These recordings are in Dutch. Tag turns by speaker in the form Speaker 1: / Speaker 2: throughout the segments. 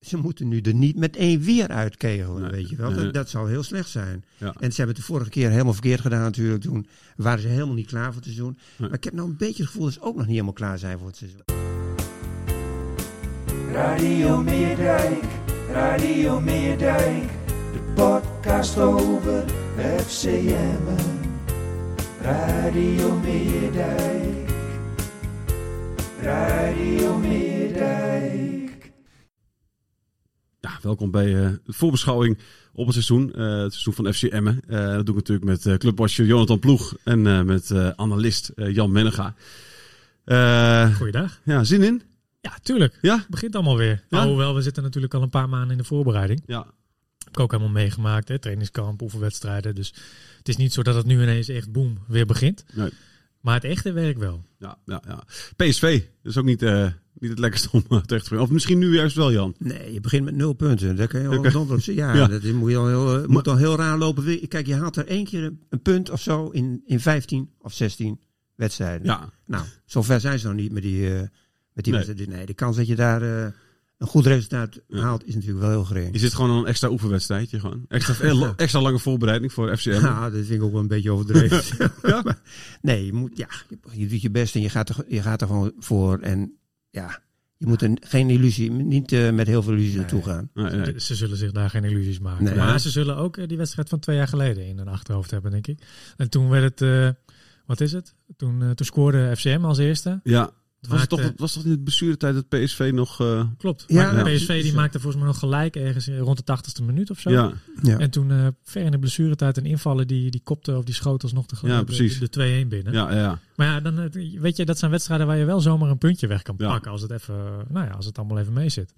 Speaker 1: Ze moeten nu er niet met één weer uitkegelen, weet je wel. Dat, dat zou heel slecht zijn.
Speaker 2: Ja.
Speaker 1: En ze hebben het de vorige keer helemaal verkeerd gedaan natuurlijk. Toen waren ze helemaal niet klaar voor het seizoen. Maar ik heb nou een beetje het gevoel dat ze ook nog niet helemaal klaar zijn voor het seizoen.
Speaker 3: Radio Meerdijk, Radio Meerdijk, de podcast over FCM. Radio Meerdijk, Radio Meerdijk.
Speaker 2: Ja, welkom bij eh, de voorbeschouwing op het seizoen. eh, het seizoen van FC Emmen. Eh, dat doe ik natuurlijk met eh clubwatcher Jonathan Ploeg en eh, met eh, analist eh, Jan Mennega. Eh,
Speaker 4: Goeiedag.
Speaker 2: ja, zin in?
Speaker 4: Ja, tuurlijk.
Speaker 2: Ja?
Speaker 4: Het begint allemaal weer.
Speaker 2: Ja.
Speaker 4: Alhoewel, we zitten natuurlijk al een paar maanden in de voorbereiding.
Speaker 2: Ja.
Speaker 4: Heb ik ook helemaal meegemaakt. Hè? Trainingskamp, oefenwedstrijden. Dus het is niet zo dat het nu ineens echt boem weer begint.
Speaker 2: Nee.
Speaker 4: Maar het echte werk wel.
Speaker 2: Ja, ja, ja. PSV is ook niet, eh, niet het lekkerste om eh, terecht te brengen. Of misschien nu juist wel, Jan.
Speaker 1: Nee, je begint met nul punten. Dat kan je al
Speaker 2: Oké.
Speaker 1: donderd zien. Ja,
Speaker 2: Ja.
Speaker 1: dat is- moet, je al heel, eh, moet al heel raar lopen. We- Kijk, je haalt er één keer een, een punt of zo in, in 15 of 16 wedstrijden.
Speaker 2: Ja.
Speaker 1: Nou, zover zijn ze nog niet met die, eh, met die
Speaker 2: Nee.
Speaker 1: wedstrijden. Dus nee, de kans dat je daar eh, een goed resultaat
Speaker 2: Ja.
Speaker 1: haalt is natuurlijk wel heel gering.
Speaker 2: Is dit gewoon een extra oefenwedstrijdje? Gewoon? Extra, eh, lo- extra lange voorbereiding voor FC Emmen.
Speaker 1: Ja, dat vind ik ook wel een beetje overdreven. Maar nee, je, moet, ja, je, je doet je best en je gaat, er, je gaat er gewoon voor. En ja, je moet er geen illusie, niet eh, met heel veel illusie naartoe gaan.
Speaker 2: Nee, nee.
Speaker 4: De- Ze zullen zich daar geen illusies maken.
Speaker 1: Nee.
Speaker 4: Maar ze zullen ook eh, die wedstrijd van twee jaar geleden in hun achterhoofd hebben, denk ik. En toen werd het... eh, wat is het? Toen, eh, toen scoorde FCM als eerste.
Speaker 2: Ja. Was het
Speaker 4: Maakte-
Speaker 2: toch, was toch in het bestuurtijd dat PSV nog... eh,
Speaker 4: Klopt.
Speaker 1: Ja,
Speaker 4: Maar de
Speaker 1: ja.
Speaker 4: PSV die maakte volgens mij nog gelijk ergens in- rond de 80ste minuut of zo.
Speaker 2: ja.
Speaker 1: Ja.
Speaker 4: En toen eh, ver in de blessuretijd een invaller die, die kopte of die schoot alsnog de,
Speaker 2: Ja,
Speaker 4: de-
Speaker 2: precies.
Speaker 4: de, 2-1 binnen.
Speaker 2: Ja, ja.
Speaker 4: Maar ja, dan, eh, weet je, dat zijn wedstrijden waar je wel zomaar een puntje weg kan
Speaker 2: Ja.
Speaker 4: pakken als het, even, nou ja, als het allemaal even mee zit.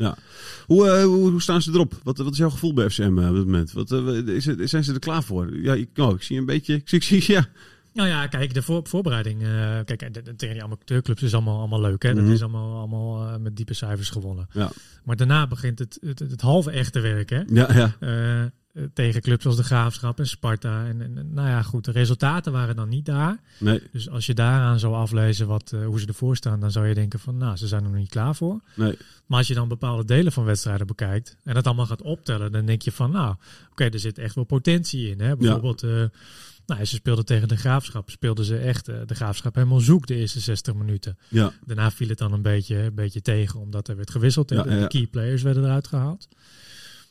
Speaker 2: Hoe, eh, hoe, hoe staan ze erop? Wat, wat is jouw gevoel bij FCM eh, op dit moment? Wat, eh, is het, zijn ze er klaar voor? Ja, ik, oh, ik zie een beetje... Ik zie, ik zie- ja.
Speaker 4: Nou ja, kijk, de voor- voorbereiding. eh, kijk, eh, de- de- tegen die amateurclubs is allemaal, allemaal leuk. Hè?
Speaker 2: Mhm.
Speaker 4: Dat is allemaal, allemaal eh, met diepe cijfers gewonnen.
Speaker 2: Ja.
Speaker 4: Maar daarna begint het, het, het, het halve echte werk. Hè?
Speaker 2: Ja, ja.
Speaker 4: Eh, eh, tegen clubs als de Graafschap en Sparta. En, en en, nou ja, goed, de resultaten waren dan niet daar.
Speaker 2: Nee,
Speaker 4: Dus als je daaraan zou aflezen wat, eh, hoe ze ervoor staan, dan zou je denken van, nou, ze zijn er nog niet klaar voor.
Speaker 2: nee.
Speaker 4: Maar als je dan bepaalde delen van wedstrijden bekijkt en dat allemaal gaat optellen, dan denk je van, nou, oké, er zit echt wel potentie in. Hè? Bijvoorbeeld, eh, nou, ze speelden tegen de Graafschap, speelden ze echt eh, de Graafschap helemaal zoek de eerste 60 minuten.
Speaker 2: Ja,
Speaker 4: Daarna viel het dan een beetje, een beetje tegen, omdat er werd gewisseld. hè.
Speaker 2: Ja,
Speaker 4: de,
Speaker 2: ja, ja.
Speaker 4: de key players werden eruit gehaald.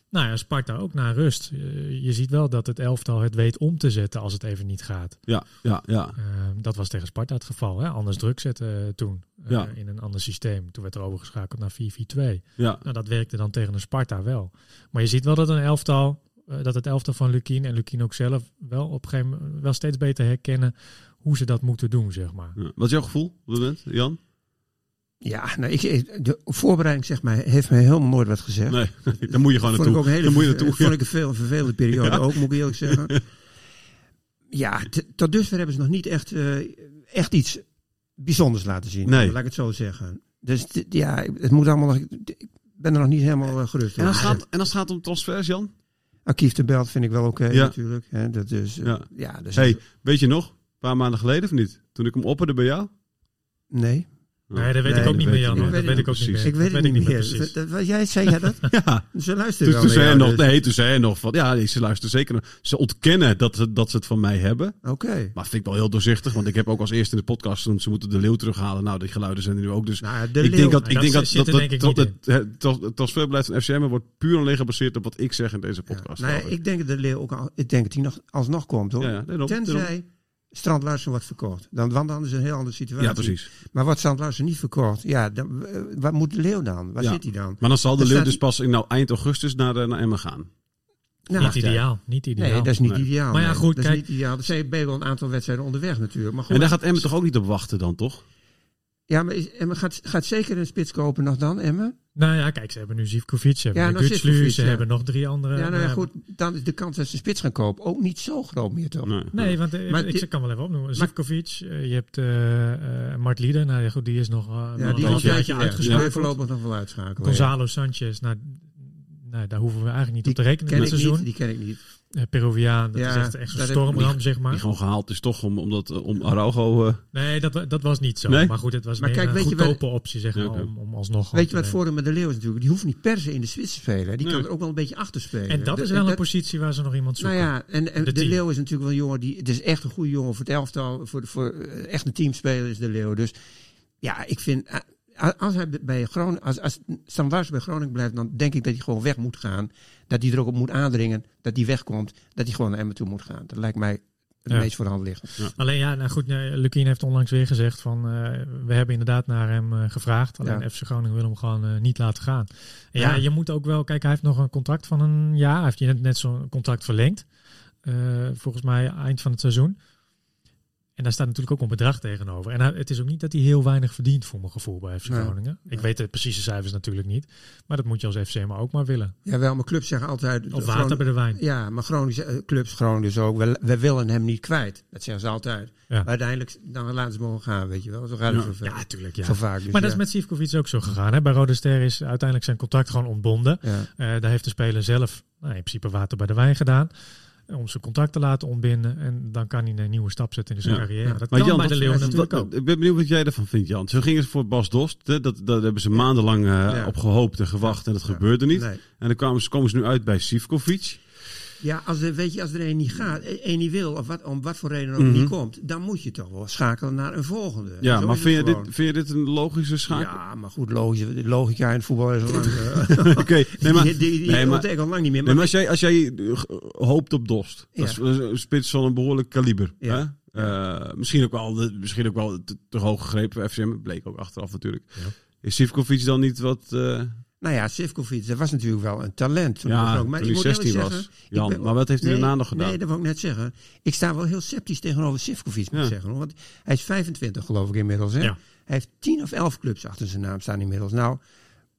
Speaker 4: Nou ja, Sparta ook naar rust. Eh, je ziet wel dat het elftal het weet om te zetten als het even niet gaat.
Speaker 2: ja, ja, ja.
Speaker 4: Eh, dat was tegen Sparta het geval. Hè? Anders druk zetten eh, toen eh,
Speaker 2: Ja.
Speaker 4: in een ander systeem. Toen werd er overgeschakeld naar 4-4-2.
Speaker 2: ja.
Speaker 4: Nou, dat werkte dan tegen een Sparta wel. Maar je ziet wel dat een elftal, eh, dat het elftal van Lukien en Lukien ook zelf wel op een gegeven moment eh, wel steeds beter herkennen hoe ze dat moeten doen, zeg maar.
Speaker 2: Ja. Wat is jouw gevoel op dit moment, Jan?
Speaker 1: Ja, nou, ik, de voorbereiding zeg maar, heeft me helemaal nooit wat gezegd.
Speaker 2: Nee, daar moet je gewoon
Speaker 1: vond ik
Speaker 2: naartoe.
Speaker 1: ook een hele
Speaker 2: Daar moet je
Speaker 1: verve-
Speaker 2: naartoe.
Speaker 1: vond ik een veel vervelende periode ook, moet ik eerlijk zeggen. Ja, t- tot dusver hebben ze nog niet echt, eh, echt iets bijzonders laten zien.
Speaker 2: Nee.
Speaker 1: Laat ik het zo zeggen. Dus t- ja, het moet allemaal nog... Ik ben er nog niet helemaal eh, gerust
Speaker 2: En
Speaker 1: over.
Speaker 2: als, het gaat, en als het gaat om transfers, Jan?
Speaker 1: Archief de Belt vind ik wel oké
Speaker 2: Ja.
Speaker 1: natuurlijk. Hè, dat is, eh,
Speaker 2: Ja.
Speaker 1: ja. dus
Speaker 2: Hey, weet je nog? Een paar maanden geleden of niet? Toen ik hem opperde bij jou?
Speaker 1: nee.
Speaker 4: Nee, dat weet
Speaker 1: Nee,
Speaker 4: ik ook
Speaker 1: dat
Speaker 4: niet meer, Jan.
Speaker 1: ik
Speaker 4: hoor.
Speaker 1: niet.
Speaker 4: Dat weet ik ook niet
Speaker 2: Precies.
Speaker 4: meer.
Speaker 1: Ik weet
Speaker 4: Dat
Speaker 1: het niet meer.
Speaker 4: precies.
Speaker 1: Dat- dat- jij, zei jij dat?
Speaker 2: Ja.
Speaker 1: Ze
Speaker 2: Toen,
Speaker 1: luisteren
Speaker 2: toen
Speaker 1: wel naar
Speaker 2: zei hij
Speaker 1: jou,
Speaker 2: nog,
Speaker 1: dus-
Speaker 2: nee, toen zei hij nog van, ja, nee, ze luisteren zeker nog. Ze ontkennen dat, ze- dat ze het van mij hebben.
Speaker 1: Oké.
Speaker 2: Maar vind ik wel heel doorzichtig, want ik heb ook als eerste in de podcast genoemd, ze moeten de leeuw terughalen. Nou, die geluiden zijn er nu ook, dus
Speaker 1: Nou, de
Speaker 2: ik
Speaker 1: leeuw-
Speaker 2: denk dat, ik
Speaker 4: Dat
Speaker 2: denk dat,
Speaker 4: zit
Speaker 2: dat,
Speaker 4: er
Speaker 2: dat,
Speaker 4: denk ik
Speaker 2: dat-
Speaker 4: niet in.
Speaker 2: het- het trans- het transferbeleid van FCM wordt puur en alleen gebaseerd op wat ik zeg in deze podcast.
Speaker 1: Nou ja,
Speaker 2: geloof ik.
Speaker 1: ik denk dat de leeuw ook al, ik denk dat hij nog alsnog komt hoor.
Speaker 2: Ja, ja, daarom, daarom.
Speaker 1: Tenzij Strand Larsen wordt verkocht. Dan, want dan is het een heel andere situatie.
Speaker 2: ja, precies.
Speaker 1: Maar wordt Strand Larsen niet verkocht, ja, dan, eh, waar moet de leeuw dan? Waar
Speaker 2: Ja.
Speaker 1: zit hij dan?
Speaker 2: Maar dan zal de
Speaker 1: Er
Speaker 2: leeuw
Speaker 1: staat-
Speaker 2: dus pas in, nou, eind augustus naar, eh, naar Emmen gaan.
Speaker 1: Nou,
Speaker 4: Niet
Speaker 1: ja.
Speaker 4: ideaal. Niet ideaal.
Speaker 1: Nee, dat is niet
Speaker 2: Nee.
Speaker 1: ideaal.
Speaker 4: Maar ja,
Speaker 1: nee.
Speaker 4: goed,
Speaker 1: dat is
Speaker 4: kijk-
Speaker 1: niet ideaal. Er zijn bij wel een aantal wedstrijden onderweg natuurlijk. Maar goed,
Speaker 2: En daar gaat Emmen toch ook niet op wachten dan, toch?
Speaker 1: Ja, maar is- Emmen gaat, gaat zeker een spits kopen nog dan, Emmen.
Speaker 4: Nou ja, kijk, ze hebben nu Zivkovic, ze hebben
Speaker 1: Ja,
Speaker 4: ja,
Speaker 1: nou, Zivkovic,
Speaker 4: ze
Speaker 1: ja.
Speaker 4: hebben nog drie andere.
Speaker 1: ja, nou ja,
Speaker 4: eh,
Speaker 1: goed. Dan is de kans dat ze een spits gaan kopen ook niet zo groot meer, toch?
Speaker 2: Nee.
Speaker 4: Nee, want eh,
Speaker 1: Maar
Speaker 4: ik
Speaker 1: die-
Speaker 4: kan wel even opnoemen. Zivkovic, eh, je hebt eh, eh, Mart Lieder, nou ja, goed, die is nog eh, nog
Speaker 1: Ja,
Speaker 4: een
Speaker 1: die
Speaker 2: was
Speaker 1: kan
Speaker 4: half
Speaker 2: tijdje
Speaker 4: jaartje
Speaker 1: je
Speaker 4: uitgeschakeld.
Speaker 1: uitgeschakeld. voorlopig nog wel uitschakelen. ja.
Speaker 4: Gonzalo Sanchez, nou, nou, daar hoeven we eigenlijk niet
Speaker 1: Die
Speaker 4: op te rekenen
Speaker 1: Ken
Speaker 4: dit
Speaker 1: ik
Speaker 4: seizoen.
Speaker 1: niet, die ken ik niet.
Speaker 4: Eh, Peruviaan, dat
Speaker 1: Ja,
Speaker 4: is echt, echt zo'n
Speaker 1: dat heb-
Speaker 4: stormram, zeg
Speaker 2: Die
Speaker 4: maar.
Speaker 2: gewoon gehaald is toch om, omdat, eh, om Araujo... eh,
Speaker 4: Nee, dat, wa- dat was niet zo.
Speaker 2: Nee?
Speaker 4: Maar goed, het was
Speaker 1: Maar
Speaker 4: meer
Speaker 1: kijk,
Speaker 4: een
Speaker 1: weet je wat-
Speaker 4: goedkope optie, zeg maar,
Speaker 2: Ja, oké.
Speaker 4: om, om alsnog...
Speaker 1: Weet je
Speaker 4: gewoon
Speaker 1: wat
Speaker 4: te
Speaker 1: voor met de Leeuw is natuurlijk? Die hoeft niet per se in de spits te spelen. Die
Speaker 2: Nee.
Speaker 1: kan er ook wel een beetje achter spelen.
Speaker 4: nemen. En dat
Speaker 1: De-
Speaker 4: is wel een
Speaker 1: dat-
Speaker 4: positie waar ze nog iemand
Speaker 1: Nou
Speaker 4: zoeken.
Speaker 1: ja, en, en
Speaker 4: De
Speaker 1: de,
Speaker 4: tien.
Speaker 1: Leeuw is natuurlijk wel een jongen die. Het is echt een goede jongen voor het elftal. Voor, voor eh, echt een teamspeler is de Leeuw. Dus ja, ik vind. eh, a- Als hij bij Groningen. Als, als Stanwaars bij Groningen blijft, dan denk ik dat hij gewoon weg moet gaan. Dat hij er ook op moet aandringen. Dat hij wegkomt. Dat hij gewoon naar Emmen toe moet gaan. Dat lijkt mij het
Speaker 4: Ja.
Speaker 1: meest voor de hand liggen.
Speaker 4: Alleen ja, nou goed, nee, Lukien heeft onlangs weer gezegd van... eh, we hebben inderdaad naar hem eh, gevraagd. Alleen
Speaker 1: Ja.
Speaker 4: FC Groningen wil hem gewoon eh, niet laten gaan. En ja,
Speaker 1: Ja.
Speaker 4: je moet ook wel... Kijk, hij heeft nog een contract van een jaar. Hij heeft net, net zo'n contract verlengd. eh, volgens mij eind van het seizoen. En daar staat natuurlijk ook een bedrag tegenover. En hij- het is ook niet dat hij heel weinig verdient voor mijn gevoel bij FC
Speaker 1: Nee.
Speaker 4: Groningen. Ik weet de precieze cijfers natuurlijk niet. Maar dat moet je als FCM ook maar willen.
Speaker 1: Jawel, mijn clubs zeggen altijd.
Speaker 4: Of
Speaker 1: Groningen-
Speaker 4: water bij de wijn.
Speaker 1: Ja, maar Groningen, eh, clubs Groningen dus ook. We, we willen hem niet kwijt. Dat zeggen ze altijd.
Speaker 4: Ja.
Speaker 1: Maar uiteindelijk dan laten ze hem gewoon gaan, weet je wel. Zo gaat het
Speaker 2: Ja.
Speaker 1: zo, ver-
Speaker 4: Ja, tuurlijk. Ja.
Speaker 1: zo vaak. Dus
Speaker 4: Maar dat is
Speaker 1: ja.
Speaker 4: met Sivkovic ook zo gegaan. Hè? Bij Rode Ster is uiteindelijk zijn contract gewoon ontbonden.
Speaker 1: Ja.
Speaker 4: Eh, daar heeft de speler zelf nou, in principe water bij de wijn gedaan. eh, Om zijn contract te laten ontbinden. En dan kan hij een nieuwe stap zetten in zijn
Speaker 2: Ja.
Speaker 4: carrière.
Speaker 1: Ja.
Speaker 4: Dat
Speaker 2: Maar
Speaker 4: kan
Speaker 2: Jan,
Speaker 4: bij de
Speaker 2: dat-
Speaker 4: Leeuwen
Speaker 2: dat-
Speaker 4: natuurlijk
Speaker 2: dat-
Speaker 4: ook.
Speaker 2: ik ben benieuwd wat jij ervan vindt, Jan. Zo ging het voor Bas Dost. hè. Dat, dat, daar hebben ze maandenlang eh,
Speaker 1: Ja.
Speaker 2: op gehoopt en gewacht en dat
Speaker 1: Ja.
Speaker 2: gebeurde niet.
Speaker 1: Nee.
Speaker 2: En dan kwamen ze, komen ze nu uit bij Sivkovic.
Speaker 1: Ja, als er, weet je, als er een niet gaat, eh, één niet wil, of wat, om wat voor reden ook
Speaker 2: Mm. Mhm.
Speaker 1: niet komt, dan moet je toch wel schakelen naar een volgende.
Speaker 2: Ja,
Speaker 1: Zo
Speaker 2: maar
Speaker 1: is het
Speaker 2: vind je, dit,
Speaker 1: gewoon.
Speaker 2: vind je dit een logische schakel?
Speaker 1: Ja, maar goed, logisch, de logica in het voetbal is al lang... eh,
Speaker 2: Oké, nee, maar,
Speaker 1: die, die, die
Speaker 2: nee, maar,
Speaker 1: ontdek ik al lang niet meer. Maar,
Speaker 2: nee, maar als jij, als jij eh, hoopt op Dost, dat is
Speaker 1: Ja.
Speaker 2: dat is een spits van een behoorlijk kaliber.
Speaker 1: Ja.
Speaker 2: Hè? Eh, misschien ook wel, de- misschien ook wel te, te hoog gegrepen. FCM bleek ook achteraf natuurlijk.
Speaker 4: Ja.
Speaker 2: Is Sivkovic dan niet wat... eh,
Speaker 1: nou ja, Sivkovic, dat was natuurlijk wel een talent. Toen hij
Speaker 2: ja,
Speaker 1: was ook, maar
Speaker 2: toen
Speaker 1: ik
Speaker 2: hij
Speaker 1: moet eerlijk
Speaker 2: 16 was.
Speaker 1: zeggen,
Speaker 2: Jan,
Speaker 1: ben-
Speaker 2: maar wat heeft hij
Speaker 1: nee,
Speaker 2: daarna nog gedaan?
Speaker 1: Nee, dat wil ik net zeggen. Ik sta wel heel sceptisch tegenover Sivkovic, moet
Speaker 2: Ja.
Speaker 1: ik zeggen. hoor. Want hij is 25, geloof ik, inmiddels. Hè?
Speaker 4: Ja.
Speaker 1: Hij heeft 10 of 11 clubs achter zijn naam staan inmiddels. Nou,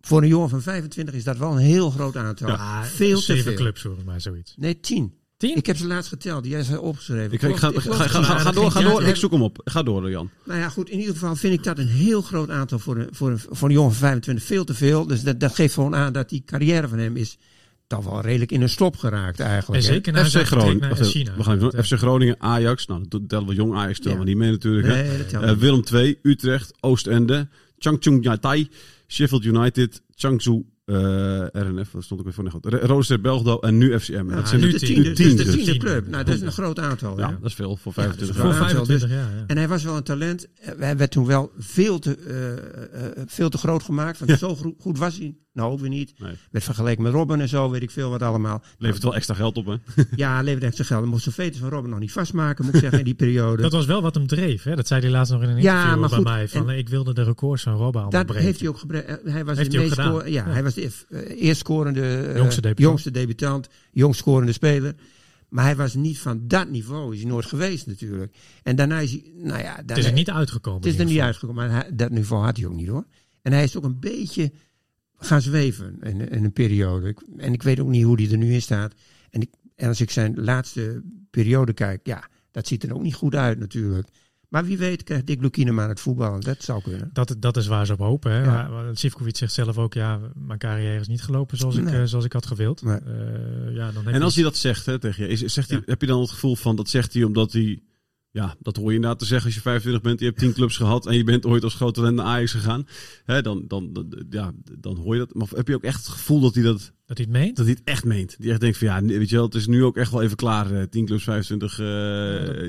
Speaker 1: voor een jongen van 25 is dat wel een heel groot aantal.
Speaker 4: Ah,
Speaker 1: veel te
Speaker 4: zeven
Speaker 1: veel.
Speaker 4: clubs volgens mij zoiets.
Speaker 1: Nee, 10.
Speaker 4: Tien?
Speaker 1: Ik heb ze laatst geteld. Jij is opgeschreven.
Speaker 2: Ik, ik ga,
Speaker 1: Klopt,
Speaker 2: ga,
Speaker 1: klopt.
Speaker 2: ga, ga- ga
Speaker 4: Ja, dat
Speaker 2: door,
Speaker 4: ging
Speaker 2: ga
Speaker 4: Jan
Speaker 2: door. Ik
Speaker 4: hebben.
Speaker 2: zoek hem op. Ga door, Jan.
Speaker 1: Nou ja, goed. In ieder geval vind ik dat een heel groot aantal voor een, voor een, voor een jongen van 25. Veel te veel. Dus dat, dat geeft gewoon aan dat die carrière van hem is toch wel redelijk in een stop geraakt
Speaker 4: En
Speaker 1: eigenlijk. hè.
Speaker 4: zeker naar
Speaker 2: FC
Speaker 4: zijn vertrek
Speaker 2: Groningen.
Speaker 4: naar
Speaker 2: wacht
Speaker 1: eh,
Speaker 2: even,
Speaker 4: China.
Speaker 2: We gaan even doen. FC Groningen, Ajax. Nou, dat tellen we jong Ajax tellen
Speaker 1: Ja.
Speaker 2: we niet mee natuurlijk. hè.
Speaker 1: Nee, dat telt
Speaker 2: Eh,
Speaker 1: niet.
Speaker 2: Willem II, Utrecht, Oostende, Changchung Yatai, Sheffield United, Changzhou, eh, RNF, dat stond ook weer voor. Nee, goed. Re- Rode Ster Belgrado en nu FCM.
Speaker 1: Ja,
Speaker 2: dat zijn
Speaker 4: nu
Speaker 2: de
Speaker 1: de
Speaker 2: tien.
Speaker 4: tien.
Speaker 1: tiende, dus
Speaker 4: tien
Speaker 1: de
Speaker 4: dus.
Speaker 1: tiende
Speaker 4: Tien.
Speaker 1: club. Nou, dat is een groot aantal.
Speaker 2: Ja,
Speaker 1: hè.
Speaker 2: dat is veel voor
Speaker 1: dat is
Speaker 2: 25
Speaker 1: wel
Speaker 4: Voor
Speaker 1: een aantal,
Speaker 4: 25 jaar,
Speaker 2: dus-
Speaker 4: ja.
Speaker 1: En hij was wel een talent. Eh, Hij werd toen wel veel te, eh, eh, veel te groot gemaakt. Want
Speaker 2: Ja.
Speaker 1: zo gro- goed was hij. Nou, ook weer niet.
Speaker 2: Nee.
Speaker 1: Werd vergeleken met Robben en zo, weet ik veel wat allemaal.
Speaker 2: Levert wel extra geld op, hè?
Speaker 1: Ja, leverde echt zijn geld. Hij moest zijn veters van Robben nog niet vastmaken, moet ik zeggen, in die periode.
Speaker 4: Dat
Speaker 1: Dat,
Speaker 4: was wel wat hem dreef. Hè? Dat zei hij laatst nog in een
Speaker 1: Ja,
Speaker 4: interview
Speaker 1: maar
Speaker 4: bij
Speaker 1: goed,
Speaker 4: mij. Van, ik wilde de records van Robba onderbreken.
Speaker 1: heeft hij ook gebre- eh, Hij was
Speaker 4: Heeft
Speaker 1: de
Speaker 4: hij ook
Speaker 1: meest
Speaker 4: gedaan.
Speaker 1: score- ja,
Speaker 4: Ja.
Speaker 1: hij was de eh, eerst scorende, eh,
Speaker 4: Jongste debutant.
Speaker 1: jongste debutant, jongst scorende speler. Maar hij was niet van dat niveau, is hij nooit geweest natuurlijk. En daarna is hij, nou ja,
Speaker 4: het is er niet uitgekomen.
Speaker 1: Het is
Speaker 4: in
Speaker 1: er
Speaker 4: ieder
Speaker 1: niet
Speaker 4: geval.
Speaker 1: uitgekomen, maar hij- dat niveau had hij ook niet hoor. En hij is ook een beetje gaan zweven in, in een periode. Ik- En ik weet ook niet hoe hij er nu in staat. En, ik, en als ik zijn laatste periode kijk, ja, dat ziet er ook niet goed uit natuurlijk. Maar wie weet krijgt Dick Lukine maar het voetbal. Dat zou kunnen.
Speaker 4: Dat, dat is waar ze op hopen. Hè?
Speaker 1: Ja.
Speaker 4: Maar- maar Sivkovic zegt zelf ook, ja, mijn carrière is niet gelopen zoals ik,
Speaker 1: Nee.
Speaker 4: eh, zoals ik had gewild.
Speaker 1: Nee.
Speaker 4: Eh, ja, dan heb
Speaker 2: En
Speaker 4: je-
Speaker 2: als hij dat zegt hè, tegen je, is, zegt hij,
Speaker 4: Ja.
Speaker 2: heb je dan het gevoel van dat zegt hij omdat hij. Ja, dat hoor je inderdaad te zeggen als je 25 bent, je hebt 10 clubs gehad en je bent ooit als groot talent naar Ajax gegaan. Hè, dan, dan, dan- ja, dan hoor je dat. Maar heb je ook echt het gevoel dat hij dat,
Speaker 4: dat hij het meent.
Speaker 2: dat hij het echt meent? Die echt denkt van ja, nee, weet je wel, het is nu ook echt wel even klaar. eh, 10 clubs, 25 eh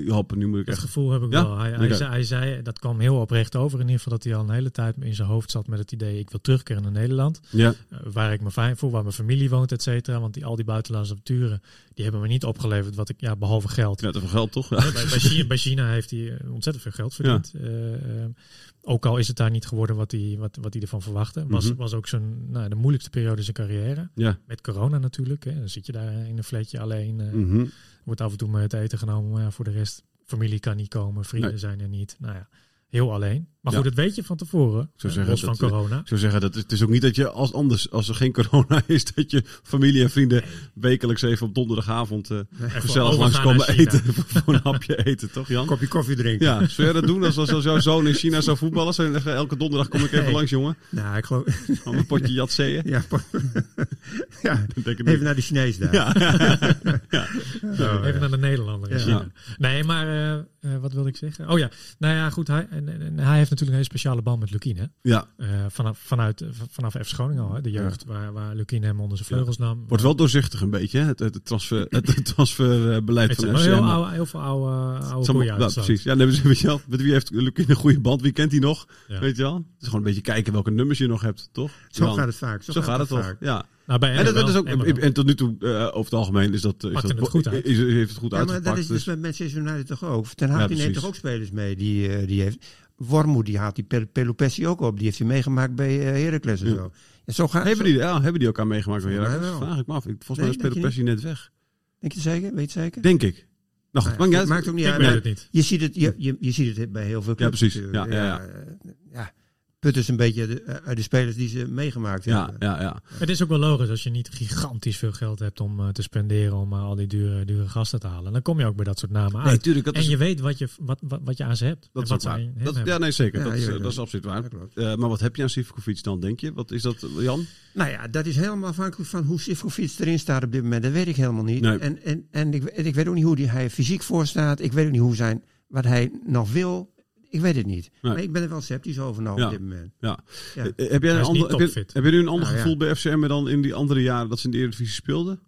Speaker 2: hoppen, nu moet ik
Speaker 4: Dat
Speaker 2: echt...
Speaker 4: gevoel heb ik
Speaker 2: Ja?
Speaker 4: wel. Hij, hij,
Speaker 2: Oké.
Speaker 4: zei, hij zei, dat kwam heel oprecht over in ieder geval, dat hij al een hele tijd in zijn hoofd zat met het idee, ik wil terugkeren naar Nederland,
Speaker 2: Ja,
Speaker 4: eh, waar ik me fijn voel, waar mijn familie woont, et cetera. Want die, al die buitenlandse avonturen, die hebben me niet opgeleverd wat ik, ja, behalve geld.
Speaker 2: net even geld toch? Ja.
Speaker 4: Bij, bij, China, bij China heeft hij eh, ontzettend veel geld verdiend. Eh, eh, ook al is het daar niet geworden wat hij, wat, wat hij ervan verwachtte. Was,
Speaker 2: Mhm.
Speaker 4: was ook zijn, nou, de moeilijkste periode in zijn carrière.
Speaker 2: ja.
Speaker 4: Met corona natuurlijk. Hè. Dan zit je daar in een flatje alleen. eh,
Speaker 2: Mhm.
Speaker 4: Wordt af en toe met eten genomen. Maar ja, voor de rest, familie kan niet komen. Vrienden zijn er niet. Nou ja, heel alleen. Maar goed,
Speaker 2: Ja.
Speaker 4: dat weet je van tevoren.
Speaker 2: zou
Speaker 4: eh,
Speaker 2: zeggen
Speaker 4: los van
Speaker 2: dat, eh,
Speaker 4: corona.
Speaker 2: Ik zou zeggen, dat, het is ook niet dat je als anders, als er geen corona is, dat je familie en vrienden wekelijks even op donderdagavond eh, gezellig
Speaker 4: overgaan
Speaker 2: langskomen
Speaker 4: naar China.
Speaker 2: eten. Voor een hapje eten, toch Jan?
Speaker 1: kopje koffie drinken.
Speaker 2: Ja, zou jij dat doen als, als, als jouw zoon in China zou voetballen? Zou je zeggen, elke donderdag kom ik even
Speaker 1: Nee.
Speaker 2: langs, jongen.
Speaker 1: Nou, ik geloof...
Speaker 2: Om een potje jatzeeën.
Speaker 1: Ja, po- ja.
Speaker 2: Ik denk het niet.
Speaker 1: even naar de Chinees daar.
Speaker 2: Ja,
Speaker 4: Even naar de Nederlander. in
Speaker 1: Ja.
Speaker 4: China. Nee, maar eh, eh, wat wilde ik zeggen? Oh ja, nou ja, goed. Hij, en, en- en hij heeft natuurlijk een hele speciale band met Lukien. Hè?
Speaker 2: ja.
Speaker 4: Eh, vanaf, vanuit, eh, v- vanaf F. Schoning al, hè? de jeugd waar, waar Lukien hem onder zijn vleugels nam.
Speaker 2: Wordt wel doorzichtig een beetje, hè? Het, het transfer, het, het transferbeleid
Speaker 4: Het
Speaker 2: van
Speaker 4: zijn
Speaker 2: FCM.
Speaker 4: wel oh, heel, oude, heel veel oude, eh, oude
Speaker 2: Zal maar-
Speaker 4: koeien uit
Speaker 2: nou,
Speaker 4: het
Speaker 2: precies. Ja, nee, weet je wel, met wie heeft Lukien een goede band? Wie kent hij nog?
Speaker 4: Ja.
Speaker 2: Weet je wel? Het is gewoon een beetje kijken welke nummers je nog hebt, toch?
Speaker 1: Zo
Speaker 2: Jan?
Speaker 1: gaat het vaak. Zo,
Speaker 2: Zo gaat het toch?
Speaker 1: vaak.
Speaker 2: Ja.
Speaker 4: stad. Nou, bij
Speaker 2: En, dat,
Speaker 4: Emma
Speaker 2: dat is ook,
Speaker 4: wel, Emma wel.
Speaker 2: en tot nu toe, eh, over het algemeen, is dat, is
Speaker 4: Pakte
Speaker 2: dat
Speaker 4: het goed uit.
Speaker 2: Is, heeft het goed
Speaker 1: Ja, maar dat
Speaker 2: uitgepakt.
Speaker 1: is
Speaker 2: dus-
Speaker 1: dus met Manchester United toch ook. Ten
Speaker 2: Ja,
Speaker 1: Hag die neemt
Speaker 2: precies.
Speaker 1: toch ook spelers mee. Die, eh, die heeft, Wormoed die haalt die Pel- Pelopessi ook op. Die heeft hij meegemaakt bij eh, Heracles en
Speaker 2: Ja.
Speaker 1: zo. En zo gaat
Speaker 2: hebben, die, ja, hebben die elkaar meegemaakt? Ja,
Speaker 1: Volgens mij
Speaker 2: dat
Speaker 1: wel.
Speaker 2: vraag ik me af. Ik- Volgens
Speaker 1: Nee,
Speaker 2: mij is
Speaker 1: denk je
Speaker 2: Peter Persie net weg.
Speaker 1: Denk je zeker? Weet je zeker?
Speaker 2: Denk ik. Nou,
Speaker 1: Nou ja,
Speaker 2: goed, maakt niet uit.
Speaker 1: maakt ook niet
Speaker 4: Ik
Speaker 1: uit.
Speaker 4: weet
Speaker 1: maar
Speaker 4: het niet.
Speaker 1: Je ziet het, je, je, je ziet het bij heel veel clubs.
Speaker 2: precies.
Speaker 1: natuurlijk.
Speaker 2: Ja, ja,
Speaker 1: eh, ja. Put is een beetje de- eh, uit de spelers die ze meegemaakt
Speaker 2: Ja,
Speaker 1: hebben.
Speaker 2: ja, ja.
Speaker 4: Het is ook wel logisch als je niet gigantisch veel geld hebt om eh, te spenderen om eh, al die dure, dure gasten te halen. Dan kom je ook bij dat soort namen
Speaker 2: Nee,
Speaker 4: uit.
Speaker 2: tuurlijk. Dat
Speaker 4: en
Speaker 2: is
Speaker 4: je weet wat je, wat, wat, wat je aan ze hebt.
Speaker 2: Dat
Speaker 4: en
Speaker 2: is
Speaker 4: wat
Speaker 2: ook
Speaker 4: ze aan
Speaker 2: waar.
Speaker 4: je
Speaker 2: Dat,
Speaker 4: hebben.
Speaker 2: ja, nee, zeker.
Speaker 1: Ja,
Speaker 2: dat, is,
Speaker 1: ja,
Speaker 2: eh,
Speaker 1: ja.
Speaker 2: dat is absoluut waar.
Speaker 1: Dat klopt.
Speaker 2: Eh, maar wat heb je aan Sivkovic dan, denk je? Wat is dat, eh, Jan?
Speaker 1: Nou ja, dat is helemaal afhankelijk van hoe Sivkovic erin staat op dit moment. Dat weet ik helemaal niet.
Speaker 2: Nee.
Speaker 1: En, en, en, ik, en ik weet ook niet hoe die, hij fysiek voor staat. Ik weet ook niet hoe zijn, wat hij nog wil. Ik weet het niet.
Speaker 2: Nee.
Speaker 1: Maar ik ben er wel sceptisch over nou
Speaker 2: Ja.
Speaker 1: op dit moment.
Speaker 2: Ja.
Speaker 1: Ja.
Speaker 2: Eh, eh, Heb, jij
Speaker 4: Hij
Speaker 2: een
Speaker 4: is niet
Speaker 2: ander, heb, je,
Speaker 4: topfit.
Speaker 2: heb je nu een ander
Speaker 1: Nou, ja.
Speaker 2: gevoel bij FCM dan in die andere jaren dat ze in de Eredivisie speelden?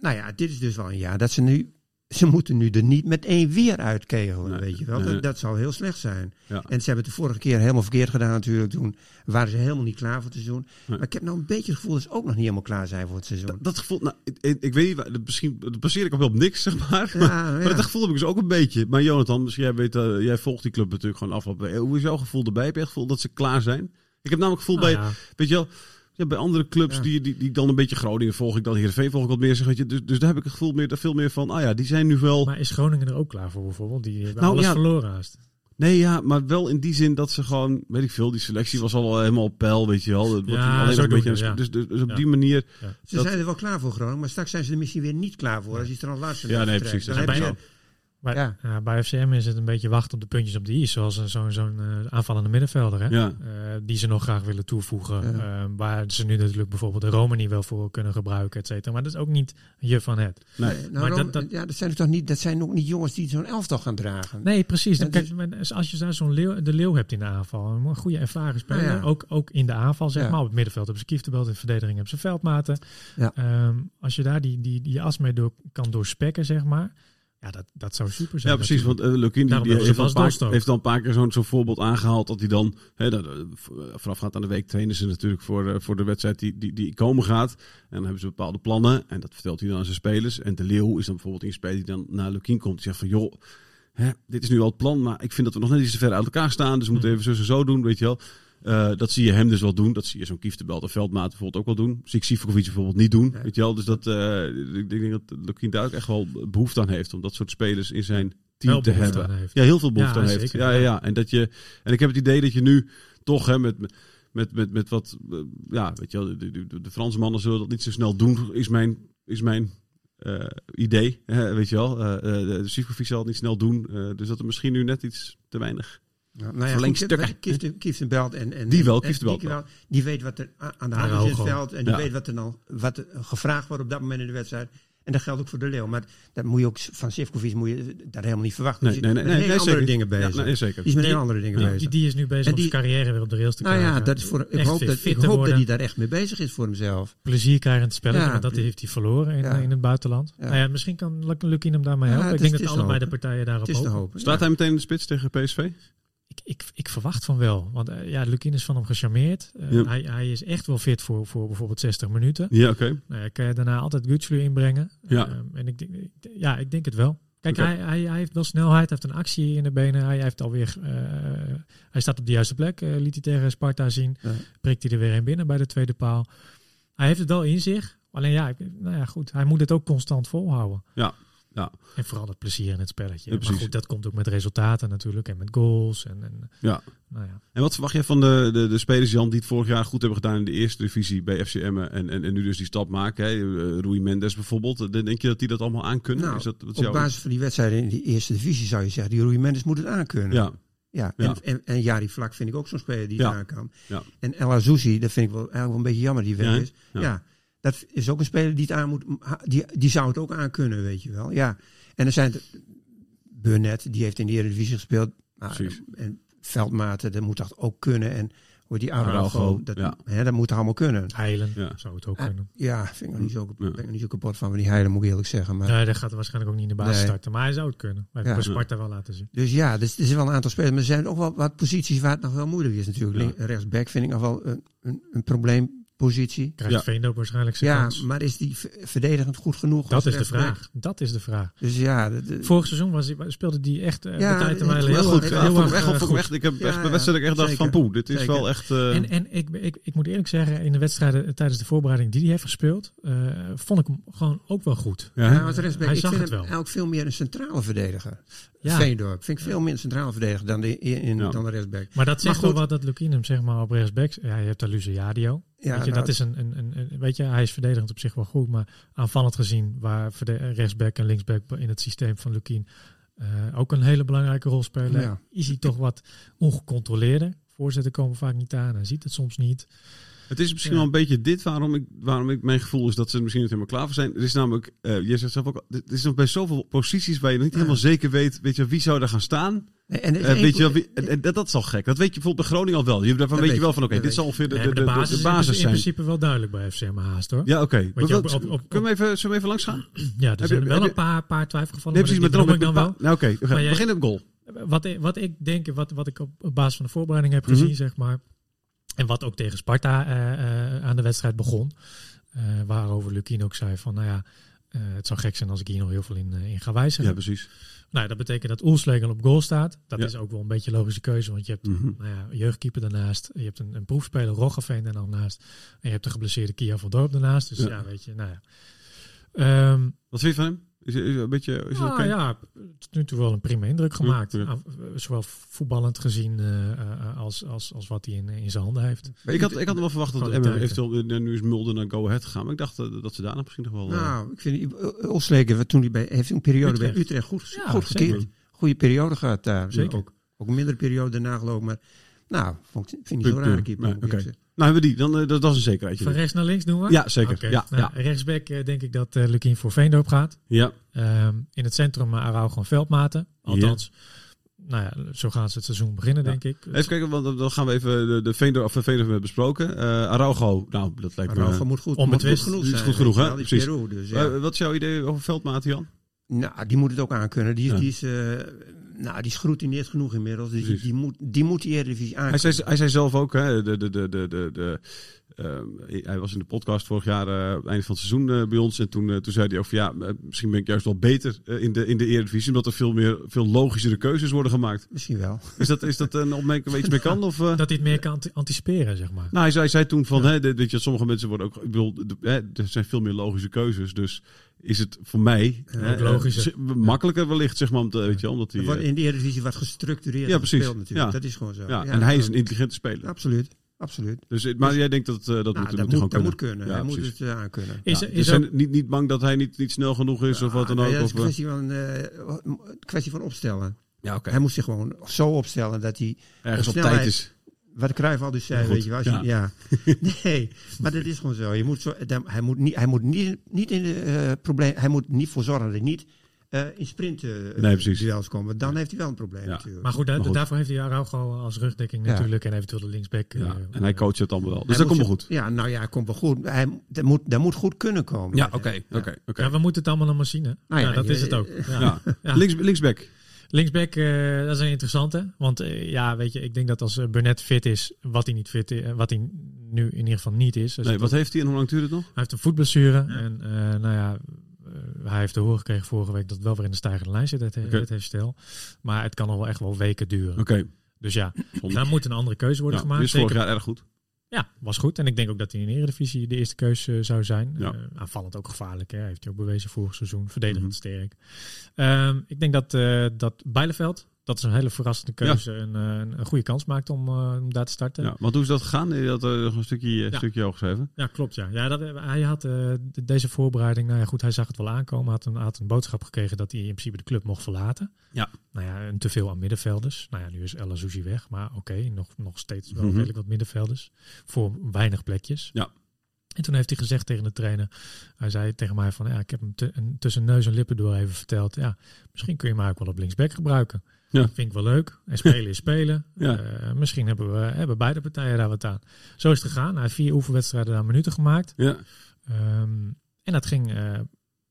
Speaker 1: Nou ja, dit is dus wel een jaar dat ze nu... Ze moeten nu er niet met één weer uitkegelen,
Speaker 2: Nee.
Speaker 1: weet je wel.
Speaker 2: Nee.
Speaker 1: Dat, dat zou heel slecht zijn.
Speaker 2: Ja.
Speaker 1: En ze hebben het de vorige keer helemaal verkeerd gedaan natuurlijk. Toen waren ze helemaal niet klaar voor het seizoen.
Speaker 2: Nee.
Speaker 1: Maar ik heb nou een beetje het gevoel dat ze ook nog niet helemaal klaar zijn voor het seizoen.
Speaker 2: Dat gevoel, nou, ik, ik- ik weet niet, waar- dat misschien dat baseer ik ook wel op niks, zeg maar.
Speaker 1: Ja,
Speaker 2: maar,
Speaker 1: ja.
Speaker 2: maar dat gevoel heb ik dus ook een beetje. Maar Jonathan, misschien jij, weet, eh, jij volgt die club natuurlijk gewoon afgelopen. Hoe is jouw gevoel erbij? Heb je het gevoel dat ze klaar zijn? Ik heb namelijk het gevoel
Speaker 4: Nou
Speaker 2: bij,
Speaker 4: ja.
Speaker 2: weet je wel, ja, bij andere clubs
Speaker 1: Ja.
Speaker 2: die, die, die ik dan een beetje Groningen volg, ik dan Heerenveen volg ik wat meer. Zeg, weet je, dus, dus daar heb ik het gevoel meer, veel meer van, ah ja, die zijn nu wel...
Speaker 4: Maar is Groningen er ook klaar voor bijvoorbeeld? Die hebben
Speaker 2: Nou,
Speaker 4: alles
Speaker 2: ja.
Speaker 4: verloren haast.
Speaker 2: Nee, ja, maar wel in die zin dat ze gewoon, weet ik veel, die selectie was al helemaal op peil, weet je wel. Dat wordt
Speaker 4: Ja,
Speaker 2: alleen
Speaker 4: zo
Speaker 2: nog een
Speaker 4: doen
Speaker 2: beetje
Speaker 4: we,
Speaker 2: aan-
Speaker 4: ja.
Speaker 2: dus, dus, dus op
Speaker 4: Ja.
Speaker 2: die manier,
Speaker 1: Ze
Speaker 2: Dat-
Speaker 1: zijn er wel klaar voor, Groningen, maar straks zijn ze er misschien weer niet klaar voor. Als je het er al laatste
Speaker 2: Ja,
Speaker 1: naar
Speaker 2: nee,
Speaker 1: vertrekt.
Speaker 2: precies, dat
Speaker 1: Dan
Speaker 4: is
Speaker 1: heb
Speaker 4: ook
Speaker 1: je-
Speaker 4: Bij,
Speaker 1: Ja.
Speaker 4: ja, eh, bij FCM is het een beetje wachten op de puntjes op de i. Zoals een- zo'n zo'n eh, aanvallende middenvelder. Hè?
Speaker 2: Ja.
Speaker 4: Eh, die ze nog graag willen toevoegen.
Speaker 1: Ja.
Speaker 4: Eh, waar ze nu natuurlijk bijvoorbeeld de Romani wel voor kunnen gebruiken. Et cetera. Maar dat is ook niet je van het.
Speaker 2: nee.
Speaker 1: Nou,
Speaker 4: Maar
Speaker 1: Rome-
Speaker 4: dat- dat-
Speaker 1: ja, dat zijn toch niet, dat zijn ook niet jongens die zo'n elftal gaan dragen.
Speaker 4: Nee, precies. Dan
Speaker 1: Ja, het
Speaker 4: kijk, maar als je daar zo'n leeuw, de leeuw hebt in de aanval, een goede ervaren speler,
Speaker 1: Nou ja.
Speaker 4: ook, ook in de aanval zeg
Speaker 1: Ja.
Speaker 4: maar. Op het middenveld hebben ze Kieftebelt, in de verdediging hebben ze Veldmaten.
Speaker 1: Ja.
Speaker 4: Ehm, als je daar die, die, die as mee door, kan doorspekken zeg maar, ja, dat, dat zou super zijn.
Speaker 2: Ja, precies,
Speaker 4: natuurlijk.
Speaker 2: want eh Lukin die,
Speaker 4: Daarom
Speaker 2: die
Speaker 4: hebben ze
Speaker 2: heeft, al een
Speaker 4: Bas Dost
Speaker 2: paar,
Speaker 4: ook.
Speaker 2: heeft al een paar keer zo'n zo'n voorbeeld aangehaald dat hij dan, hè, dat, eh, v- eh, voorafgaand aan de week trainen ze natuurlijk voor, eh, voor de wedstrijd die, die, die komen gaat. En dan hebben ze bepaalde plannen en dat vertelt hij dan aan zijn spelers. En De Leeuw is dan bijvoorbeeld een speler die dan naar Lukin komt die zegt van joh, hè, dit is nu al het plan, maar ik vind dat we nog net iets te ver uit elkaar staan, dus we moeten
Speaker 4: Hmm.
Speaker 2: even zo en zo doen, weet je wel. Eh, dat zie je hem dus wel doen. Dat zie je zo'n Kieftebelt of Veldmaat bijvoorbeeld ook wel doen. Zie ik Sivkovic bijvoorbeeld niet doen. Weet je wel? Dus dat, eh, ik denk dat Lukien daar ook echt wel behoefte aan heeft. Om dat soort spelers in zijn team
Speaker 4: Wel
Speaker 2: te
Speaker 4: behoefte
Speaker 2: hebben.
Speaker 4: aan heeft.
Speaker 2: Ja, heel veel behoefte
Speaker 4: Ja,
Speaker 2: aan heeft.
Speaker 4: zeker,
Speaker 2: ja, ja,
Speaker 4: ja.
Speaker 2: ja. En, dat je, en ik heb het idee dat je nu toch hè, met, met, met, met wat... eh, ja, weet je wel, de, de, de- de Franse mannen zullen dat niet zo snel doen, is mijn, is mijn eh, idee. hè, weet je wel, Eh, eh, de Sivkovic zal het niet snel doen. eh, dus dat er misschien nu net iets te weinig...
Speaker 1: Nou, nou
Speaker 2: Verlengstukken.
Speaker 1: Kieftenbelt en, en...
Speaker 2: Die wel,
Speaker 1: en- en
Speaker 2: Kieftenbelt
Speaker 1: die
Speaker 2: wel.
Speaker 1: wel. Die weet wat er a- aan de
Speaker 4: Ja,
Speaker 1: hand is in het
Speaker 4: Hugo.
Speaker 1: veld. En die
Speaker 2: Ja.
Speaker 1: weet wat er, dan, wat er gevraagd wordt op dat moment in de wedstrijd. En dat geldt ook voor de Leeuw. Maar dat moet je ook, van Sivkovic moet je daar helemaal niet verwachten.
Speaker 2: Nee,
Speaker 1: Die
Speaker 2: nee,
Speaker 1: is
Speaker 2: nee.
Speaker 1: met
Speaker 2: nee,
Speaker 1: hele
Speaker 2: nee,
Speaker 1: andere
Speaker 2: zeker.
Speaker 1: dingen bezig.
Speaker 2: Ja, nee, zeker.
Speaker 1: Die is met
Speaker 4: Die-
Speaker 1: hele andere dingen
Speaker 4: Die,
Speaker 1: bezig.
Speaker 4: die, die is nu bezig
Speaker 1: En
Speaker 4: om zijn
Speaker 1: die-
Speaker 4: carrière weer op de rails te
Speaker 1: nou
Speaker 4: krijgen.
Speaker 1: ja, dat is voor, ik
Speaker 4: Echt
Speaker 1: hoop,
Speaker 4: weer
Speaker 1: dat,
Speaker 4: fit
Speaker 1: ik
Speaker 4: te
Speaker 1: hoop dat
Speaker 4: worden.
Speaker 1: hij daar echt mee bezig is voor hemzelf.
Speaker 4: plezier krijgen in het spelletje.
Speaker 1: Ja.
Speaker 4: want dat heeft hij verloren in,
Speaker 1: Ja.
Speaker 4: in het buitenland.
Speaker 1: Ja.
Speaker 4: Nou ja, misschien kan Luk- Lukien hem daarmee
Speaker 1: Ja,
Speaker 4: helpen.
Speaker 1: het
Speaker 4: ik
Speaker 1: is- het
Speaker 4: denk dat
Speaker 1: is
Speaker 4: allemaal
Speaker 1: te
Speaker 4: de partijen daarop
Speaker 1: Het is te
Speaker 4: hopen.
Speaker 1: hopen.
Speaker 2: Staat
Speaker 1: Ja.
Speaker 2: hij meteen in de spits tegen PSV?
Speaker 4: Ik, ik, ik verwacht van wel. Want eh, ja, Lukien is van hem gecharmeerd. Eh,
Speaker 2: Ja.
Speaker 4: hij, hij is echt wel fit voor, voor bijvoorbeeld 60 minuten.
Speaker 2: Ja, oké.
Speaker 4: Nou ja, kan je daarna altijd Gutslu inbrengen.
Speaker 2: Ja.
Speaker 4: Ehm, en ik, denk- ik- ja, ik denk het wel. Kijk,
Speaker 2: Oké.
Speaker 4: hij, hij, hij heeft wel snelheid, hij heeft een actie in de benen. Hij, heeft alweer, eh, hij staat op de juiste plek, eh, liet hij tegen Sparta zien.
Speaker 1: Ja.
Speaker 4: Prikt hij er weer een binnen bij de tweede paal. Hij heeft het wel in zich. Alleen ja, ik- nou ja, goed, hij moet het ook constant volhouden.
Speaker 2: Ja. Ja.
Speaker 4: En vooral het plezier in het spelletje.
Speaker 2: Ja,
Speaker 4: maar
Speaker 2: precies.
Speaker 4: goed, dat komt ook met resultaten natuurlijk en met goals. En, en,
Speaker 2: Ja.
Speaker 4: nou ja.
Speaker 2: En wat verwacht jij van de, de, de spelers, Jan, die het vorig jaar goed hebben gedaan in de eerste divisie bij FCM en, en, en nu dus die stap maken? Hè? Eh, Rui Mendes bijvoorbeeld. Dan Denk je dat die dat allemaal aankunnen?
Speaker 1: Nou,
Speaker 2: is dat, wat is
Speaker 1: Op
Speaker 2: jouw-
Speaker 1: basis van die wedstrijden in die eerste divisie zou je zeggen, die Rui Mendes moet het aankunnen.
Speaker 2: Ja,
Speaker 1: Ja,
Speaker 2: Ja.
Speaker 1: En, en, en Jari Vlak vind ik ook zo'n speler die
Speaker 2: Ja.
Speaker 1: het aan kan.
Speaker 2: Ja.
Speaker 1: En El Azouzi, dat vind ik wel eigenlijk wel een beetje jammer die weg
Speaker 2: Ja, hè?
Speaker 1: is.
Speaker 2: Ja.
Speaker 1: Ja. dat is ook een speler die het aan moet, die, die zou het ook aan kunnen, weet je wel. Ja, en er zijn er- Burnett, die heeft in de Eredivisie gespeeld. Nou,
Speaker 2: Precies.
Speaker 1: En Veldmaten, dat moet dat ook kunnen. En hoe die
Speaker 2: Araujo,
Speaker 1: Araujo, dat,
Speaker 2: ja.
Speaker 1: hè, dat moet allemaal kunnen.
Speaker 4: Heilen
Speaker 2: Ja.
Speaker 4: zou het ook
Speaker 1: Ah,
Speaker 4: kunnen.
Speaker 1: Ja, vind ik nog niet zo,
Speaker 2: Hm. Ja.
Speaker 1: ben ik nog niet zo kapot van, maar die heilen moet ik eerlijk zeggen. Maar,
Speaker 4: Nee, dat gaat er waarschijnlijk ook niet in de basis
Speaker 1: Nee.
Speaker 4: starten. Maar hij zou het kunnen. Hij
Speaker 1: Ja.
Speaker 4: heeft bij Sparta wel laten zien.
Speaker 1: Dus ja, dus, er zijn wel een aantal spelers. Maar er zijn ook wel wat posities waar het nog wel moeilijk is natuurlijk.
Speaker 2: Ja.
Speaker 1: Link- Rechtsback vind ik nog wel een, een, een probleempositie.
Speaker 4: Krijgt
Speaker 2: Ja.
Speaker 4: Veendorp waarschijnlijk zijn
Speaker 1: Ja,
Speaker 4: kans.
Speaker 1: maar is die v- verdedigend goed genoeg?
Speaker 4: Dat
Speaker 1: als
Speaker 4: is de
Speaker 1: rechtsback?
Speaker 4: vraag. Dat is de vraag.
Speaker 1: Dus ja, dat- dat-
Speaker 4: Vorig seizoen was, hij- speelde hij echt eh
Speaker 1: Ja,
Speaker 4: bij tijd en
Speaker 1: dat-
Speaker 4: wijle
Speaker 1: dat-
Speaker 2: Heel
Speaker 4: heel
Speaker 2: goed.
Speaker 4: erg-
Speaker 2: Ja,
Speaker 4: heel
Speaker 2: vond ik
Speaker 4: erg,
Speaker 2: echt, vond ik
Speaker 4: eh, goed.
Speaker 2: echt- ik heb
Speaker 1: Ja,
Speaker 2: echt bij
Speaker 1: ja.
Speaker 2: wedstrijden echt dacht van
Speaker 1: Zeker.
Speaker 2: poeh, dit is
Speaker 1: Zeker.
Speaker 2: wel echt... eh,
Speaker 4: En, en ik, ik, ik moet eerlijk zeggen, in de wedstrijden eh, tijdens de voorbereiding die hij heeft gespeeld, eh, vond ik hem gewoon ook wel goed.
Speaker 2: ja,
Speaker 1: ja, als rechtsback,
Speaker 4: Hij
Speaker 1: ik
Speaker 4: zag
Speaker 1: vind hem
Speaker 4: het wel.
Speaker 1: eigenlijk veel meer een centrale verdediger.
Speaker 4: Ja.
Speaker 1: Veendorp vind ik veel meer een centrale verdediger dan de, in, in-
Speaker 2: Ja.
Speaker 1: dan de rechtsback.
Speaker 4: Maar dat zegt
Speaker 1: Maar
Speaker 4: wel
Speaker 1: goed.
Speaker 4: wat dat Lukin hem zeg maar op rechtsback. Ja, je hebt daar Luciadio.
Speaker 1: Ja,
Speaker 4: weet je,
Speaker 1: nou,
Speaker 4: dat is een, een, een, een- weet je, hij is verdedigend op zich wel goed, maar aanvallend gezien waar verde- rechtsback en linksback in het systeem van Lukin eh, ook een hele belangrijke rol spelen,
Speaker 1: Ja.
Speaker 4: is hij toch wat ongecontroleerder. Voorzetten komen vaak niet aan, hij ziet het soms niet.
Speaker 2: Het is misschien
Speaker 4: Ja.
Speaker 2: wel een beetje dit waarom ik, waarom ik mijn gevoel is dat ze er misschien niet helemaal klaar voor zijn. Er is namelijk, eh je zegt zelf ook, al, er is nog bij zoveel posities waar je nog niet helemaal zeker weet, weet je, wie zou daar gaan staan.
Speaker 1: Nee, en er is
Speaker 2: Eh,
Speaker 1: één
Speaker 2: weet je wel,
Speaker 1: ploeg-
Speaker 2: wie- en, en dat, dat is al gek. Dat weet je bijvoorbeeld bij Groningen al wel. Je, daarvan
Speaker 1: Dat
Speaker 2: weet, je
Speaker 1: weet
Speaker 2: wel
Speaker 1: ik.
Speaker 2: van, oké,
Speaker 1: Dat
Speaker 2: dit
Speaker 1: weet
Speaker 2: zal ongeveer de,
Speaker 4: Nee,
Speaker 2: de,
Speaker 4: maar
Speaker 2: de, de basis,
Speaker 4: is in principe- in
Speaker 2: zijn.
Speaker 4: principe wel duidelijk bij FCM Haast hoor.
Speaker 2: Ja, oké. Maar
Speaker 4: je, op-
Speaker 2: wat-
Speaker 4: op- op- Oh,
Speaker 2: Kunnen we even, zullen we even langs gaan?
Speaker 4: Ja, er
Speaker 2: je-
Speaker 4: zijn wel
Speaker 2: heb je-
Speaker 4: een paar, paar twijfelgevallen,
Speaker 2: Nee,
Speaker 4: maar
Speaker 2: precies. Maar
Speaker 4: die
Speaker 2: daarom
Speaker 4: noem
Speaker 2: heb
Speaker 4: ik dan
Speaker 2: ik
Speaker 4: wel.
Speaker 2: een paar- Nou, oké. we gaan-
Speaker 4: Maar jij-
Speaker 2: Begin op goal.
Speaker 4: wat, ik- wat ik denk, en wat, wat ik op, op basis van de voorbereiding heb
Speaker 2: Mhm.
Speaker 4: gezien, zeg maar. En wat ook tegen Sparta eh, eh, aan de wedstrijd begon. eh, waarover Lukien ook zei van, nou ja, eh, het zou gek zijn als ik hier nog heel veel in, eh, in ga wijzigen.
Speaker 2: Ja, precies.
Speaker 4: Nou, dat betekent dat Oelslegel op goal staat. Dat
Speaker 2: Ja.
Speaker 4: is ook wel een beetje een logische keuze, want je hebt
Speaker 2: Mhm.
Speaker 4: nou ja, jeugdkeeper daarnaast. Je hebt een, een proefspeler, Roggeveen daar nog naast. En je hebt de geblesseerde Kia van Dorp daarnaast. Dus
Speaker 2: Ja.
Speaker 4: ja, weet je, nou ja. Ehm,
Speaker 2: Wat vind je van hem? Is, is eh, een beetje, is het
Speaker 4: nou
Speaker 2: oké?
Speaker 4: ja, tot nu toe wel een prima indruk gemaakt.
Speaker 2: ja.
Speaker 4: Aan- Zowel voetballend gezien eh, eh, als, als, als wat hij in, in zijn handen heeft.
Speaker 1: Maar
Speaker 2: Ik had, ik had wel verwacht dat Emmen
Speaker 4: Kwaliteiten.
Speaker 2: eventueel... eh, Nu is Mulder naar Go Ahead gegaan. Maar ik dacht eh, dat ze daarna misschien nog wel... eh,
Speaker 1: Nou, ik vind Osleken, toen hij bij, heeft een periode bij
Speaker 4: Utrecht.
Speaker 1: Utrecht goed,
Speaker 4: Ja,
Speaker 1: goed
Speaker 4: zeker.
Speaker 1: gekeerd. Goede periode gehad daar.
Speaker 4: Zeker.
Speaker 1: Ook, ook een mindere periode daarna geloof ik, maar nou, vond, ik- vind ik niet
Speaker 2: Punt,
Speaker 1: zo'n rare
Speaker 2: eh,
Speaker 1: keeper.
Speaker 2: nee,
Speaker 1: moet ik
Speaker 2: oké.
Speaker 1: eerlijk zeggen.
Speaker 2: Nou, hebben we die. Dan, eh, dat, dat is een zekerheidje.
Speaker 4: Van rechts naar links doen we?
Speaker 2: Ja, zeker.
Speaker 4: Oké.
Speaker 2: Ja,
Speaker 4: Nou,
Speaker 2: ja.
Speaker 4: Rechtsback eh, denk ik dat eh Lukien voor Veendorp gaat.
Speaker 2: Ja,
Speaker 4: Ehm, in het centrum uh, Araujo en Veldmaten. Althans, nou ja, zo gaan ze het seizoen beginnen,
Speaker 2: Ja.
Speaker 4: denk ik.
Speaker 2: even kijken, want dan- dan gaan we even de, de Veendorp, of de Veendorp hebben we besproken. Eh Araujo, nou, dat lijkt me...
Speaker 1: Maar Rafa moet goed, moet goed
Speaker 4: onbetwist.
Speaker 1: genoeg
Speaker 2: Die
Speaker 1: zijn.
Speaker 2: is goed genoeg, hè?
Speaker 1: weet je wel, die
Speaker 2: Precies.
Speaker 1: Peru, dus, ja.
Speaker 2: Eh, wat is jouw idee over Veldmaat, Jan?
Speaker 1: Nou, die moet het ook aankunnen. Die, is-
Speaker 2: Ja.
Speaker 1: die is, eh, nou, die is geroutineerd genoeg inmiddels. Dus die,
Speaker 2: Precies.
Speaker 1: die moet, die moet die Eredivisie
Speaker 2: Hij
Speaker 1: aankunnen.
Speaker 2: zei, hij zei zelf ook, hè, de, de, de, de, de, de, ehm, hij was in de podcast vorig jaar, eh, op het einde van het seizoen eh, bij ons. En toen, eh, toen zei hij ook van ja, eh, misschien ben ik juist wel beter eh, in, de, in de Eredivisie. Omdat er veel, meer, veel logischere keuzes worden gemaakt.
Speaker 1: Misschien wel.
Speaker 2: Is dat, is dat een opmerking waar je iets mee kan? Of, eh?
Speaker 4: Dat hij het meer kan anti- anticiperen, zeg maar.
Speaker 2: Nou, hij zei, hij zei toen van, hè, dat- dat je, sommige mensen worden ook, ik bedoel, de- hè, er zijn veel meer logische keuzes. Dus is het voor mij hè,
Speaker 4: ook logischer.
Speaker 2: eh, z- makkelijker wellicht, zeg maar, om te, weet je, wel, omdat hij...
Speaker 1: Er
Speaker 2: eh,
Speaker 1: wordt in de Eredivisie wat gestructureerd
Speaker 2: Ja, precies.
Speaker 1: gespeeld natuurlijk.
Speaker 2: Ja.
Speaker 1: Dat is gewoon zo. Ja,
Speaker 2: ja, en hij is
Speaker 1: dat-
Speaker 2: een intelligente speler.
Speaker 1: Absoluut, absoluut.
Speaker 2: Dus, het- maar jij denkt dat eh, dat,
Speaker 1: Nou,
Speaker 2: moet,
Speaker 1: dat,
Speaker 2: moet hij gewoon
Speaker 1: moet, dat
Speaker 2: kunnen.
Speaker 1: moet kunnen.
Speaker 2: Ja,
Speaker 1: hij moet
Speaker 2: precies.
Speaker 1: het eh, aankunnen.
Speaker 4: Is,
Speaker 2: Ja,
Speaker 4: is
Speaker 2: dus
Speaker 4: ook-
Speaker 2: zijn niet, niet bang dat hij niet, niet snel genoeg is of wat dan
Speaker 1: Ah,
Speaker 2: ook?
Speaker 1: nee, dat is
Speaker 2: of,
Speaker 1: een kwestie van, eh, een kwestie van opstellen.
Speaker 2: ja, oké.
Speaker 1: Hij moet zich gewoon zo opstellen dat hij...
Speaker 2: Ergens op
Speaker 1: snelheid-
Speaker 2: tijd is.
Speaker 1: Wat Cruijff al dus zei,
Speaker 2: Ja, goed.
Speaker 1: weet je wel. als je- Ja. Nee, maar dat is gewoon zo. Je moet zo eh, dan- hij moet, niet, hij moet niet, niet in de eh, probleem... Hij moet niet voor zorgen dat hij niet eh, in sprint eh,
Speaker 2: precies.
Speaker 1: duels komt. Want dan heeft hij wel een probleem
Speaker 2: Ja.
Speaker 1: natuurlijk.
Speaker 4: Maar goed, daar-
Speaker 2: Maar goed.
Speaker 4: daarvoor heeft hij Araujo als rugdekking
Speaker 1: Ja.
Speaker 4: natuurlijk. En eventueel de linksback. eh,
Speaker 2: Ja, en hij coacht het allemaal wel. Dus
Speaker 1: Hij
Speaker 2: dat komt wel
Speaker 1: moet
Speaker 2: goed.
Speaker 1: zich- Ja, nou ja, komt wel goed. Hij, dat, moet, dat moet goed kunnen komen.
Speaker 2: Ja, oké. oké, oké.
Speaker 4: Ja, we moeten het allemaal nog maar zien. Hè?
Speaker 1: Nou ja,
Speaker 4: ja, dat
Speaker 1: je-
Speaker 4: is het ook. Ja.
Speaker 2: Ja.
Speaker 4: Ja.
Speaker 2: Links, linksback.
Speaker 4: Linksback, eh, dat is een interessante. Want eh, ja, weet je, ik denk dat als eh, Burnett fit is, wat hij niet fit is, eh, wat hij nu in ieder geval niet is. Dus
Speaker 2: Nee,
Speaker 4: het-
Speaker 2: wat heeft hij en hoe lang duurt het nog?
Speaker 4: Hij heeft een voetblessure. En eh, nou ja, eh, hij heeft te horen gekregen vorige week dat het wel weer in de stijgende lijn zit, het,
Speaker 2: Oké.
Speaker 4: het herstel. Maar het kan al wel echt wel weken duren.
Speaker 2: Oké.
Speaker 4: Dus ja,
Speaker 2: Zonde.
Speaker 4: daar moet een andere keuze worden
Speaker 2: Ja, die
Speaker 4: gemaakt.
Speaker 2: is vorig
Speaker 4: Zeker,
Speaker 2: jaar erg goed.
Speaker 4: Ja, was goed. En ik denk ook dat hij in de Eredivisie de eerste keus eh, zou zijn.
Speaker 2: Ja.
Speaker 4: Eh, aanvallend ook gevaarlijk. Hè? Heeft hij ook bewezen vorig seizoen. Verdedigend
Speaker 2: Mhm.
Speaker 4: sterk. Ehm, ik denk dat, eh dat Bijleveld, dat is een hele verrassende keuze, een, eh, een, een goede kans maakt om, eh, om daar te starten.
Speaker 2: Ja, want hoe is dat gegaan? Je had eh, nog een stukje, eh,
Speaker 4: Ja.
Speaker 2: stukje over geschreven.
Speaker 4: Ja, klopt. Ja, ja dat, hij had eh, de- deze voorbereiding. Nou ja, goed, hij zag het wel aankomen. Had een, had een boodschap gekregen dat hij in principe de club mocht verlaten.
Speaker 2: Ja.
Speaker 4: Nou ja, een teveel aan middenvelders. Nou ja, nu is El Azouzi weg. Maar oké, nog, nog steeds wel
Speaker 2: Mhm.
Speaker 4: redelijk wat middenvelders. Voor weinig plekjes.
Speaker 2: Ja.
Speaker 4: En toen heeft hij gezegd tegen de trainer. Hij zei tegen mij van, ja, ik heb hem tu- en tussen neus en lippen door even verteld. Ja, misschien kun je hem eigenlijk wel op linksback gebruiken.
Speaker 2: Ja.
Speaker 4: Vind ik wel leuk. En spelen is spelen.
Speaker 2: Ja.
Speaker 4: Eh, misschien hebben, we, hebben beide partijen daar wat aan. Zo is het gegaan. Hij heeft vier oefenwedstrijden daar minuten gemaakt.
Speaker 2: Ja,
Speaker 4: Ehm, en dat ging eh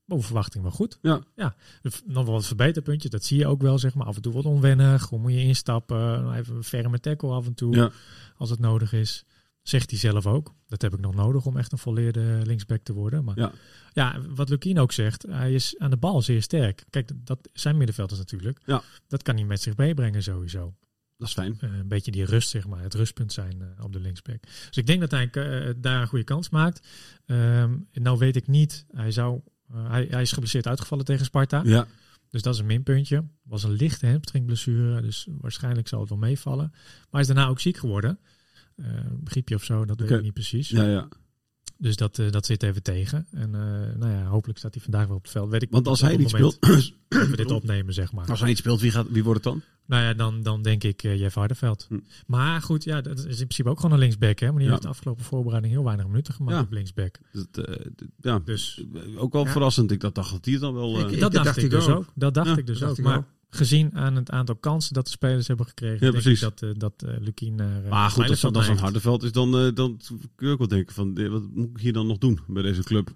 Speaker 4: boven verwachting wel goed.
Speaker 2: Ja.
Speaker 4: ja. Er v- Nog wel wat verbeterpuntjes, dat zie je ook wel. Zeg maar. Af en toe wat onwennig. Hoe moet je instappen? Nou, Even een ferme tackle af en toe,
Speaker 2: Ja.
Speaker 4: als het nodig is. Zegt hij zelf ook. Dat heb ik nog nodig om echt een volleerde linksback te worden. Maar
Speaker 2: Ja.
Speaker 4: ja, wat Lukien ook zegt, hij is aan de bal zeer sterk. Kijk, dat- dat zijn middenvelders natuurlijk.
Speaker 2: Ja.
Speaker 4: Dat kan hij met zich meebrengen sowieso.
Speaker 2: dat is fijn.
Speaker 4: Eh, een beetje die rust, zeg maar, het rustpunt zijn eh, op de linksback. Dus ik denk dat hij eh, daar een goede kans maakt. Ehm, nou weet ik niet, hij, zou, eh, hij, hij is geblesseerd uitgevallen tegen Sparta.
Speaker 2: Ja,
Speaker 4: Dus dat is een minpuntje. Was een lichte hamstringblessure, dus waarschijnlijk zal het wel meevallen. Maar hij is daarna ook ziek geworden. Eh, een griepje of zo, dat weet
Speaker 2: Oké.
Speaker 4: ik niet precies.
Speaker 2: ja, ja.
Speaker 4: Dus dat, eh, dat zit even tegen. En eh, nou ja, hopelijk staat hij vandaag weer op het veld. Weet ik
Speaker 2: Want als
Speaker 4: op
Speaker 2: hij
Speaker 4: het
Speaker 2: niet
Speaker 4: moment
Speaker 2: speelt,
Speaker 4: dat we dit opnemen, zeg maar.
Speaker 2: als hij niet speelt wie, gaat, wie wordt het dan?
Speaker 4: Nou ja, dan, dan denk ik eh, Jeff Hardenveld.
Speaker 2: Hm.
Speaker 4: Maar goed, ja, dat is in principe ook gewoon een linksback. Hè? Maar die
Speaker 2: Ja.
Speaker 4: heeft de afgelopen voorbereiding heel weinig minuten gemaakt
Speaker 2: Ja.
Speaker 4: op linksback.
Speaker 2: Dat, eh, d- ja, Eh,
Speaker 4: Dus
Speaker 2: ook wel
Speaker 1: Ja.
Speaker 2: verrassend. Ik dacht, dacht dat hij het dan wel... eh,
Speaker 1: Ik-
Speaker 4: dat dacht,
Speaker 1: dacht
Speaker 4: ik
Speaker 1: ik
Speaker 4: dus
Speaker 1: ook.
Speaker 4: ook. Dat dacht
Speaker 2: Ja,
Speaker 4: ik dus
Speaker 1: dat
Speaker 4: ook.
Speaker 1: dacht ik
Speaker 4: Maar
Speaker 1: ook.
Speaker 4: gezien aan het aantal kansen dat de spelers hebben gekregen,
Speaker 2: Ja,
Speaker 4: denk
Speaker 2: precies.
Speaker 4: ik dat, eh, dat eh, Lukien naar eh,
Speaker 2: maar goed, als dat
Speaker 4: Bijleveld
Speaker 2: als een
Speaker 4: neigt.
Speaker 2: Hardenveld is, dan, eh, dan kun je ook wel denken van, eh, wat moet ik hier dan nog doen bij deze club?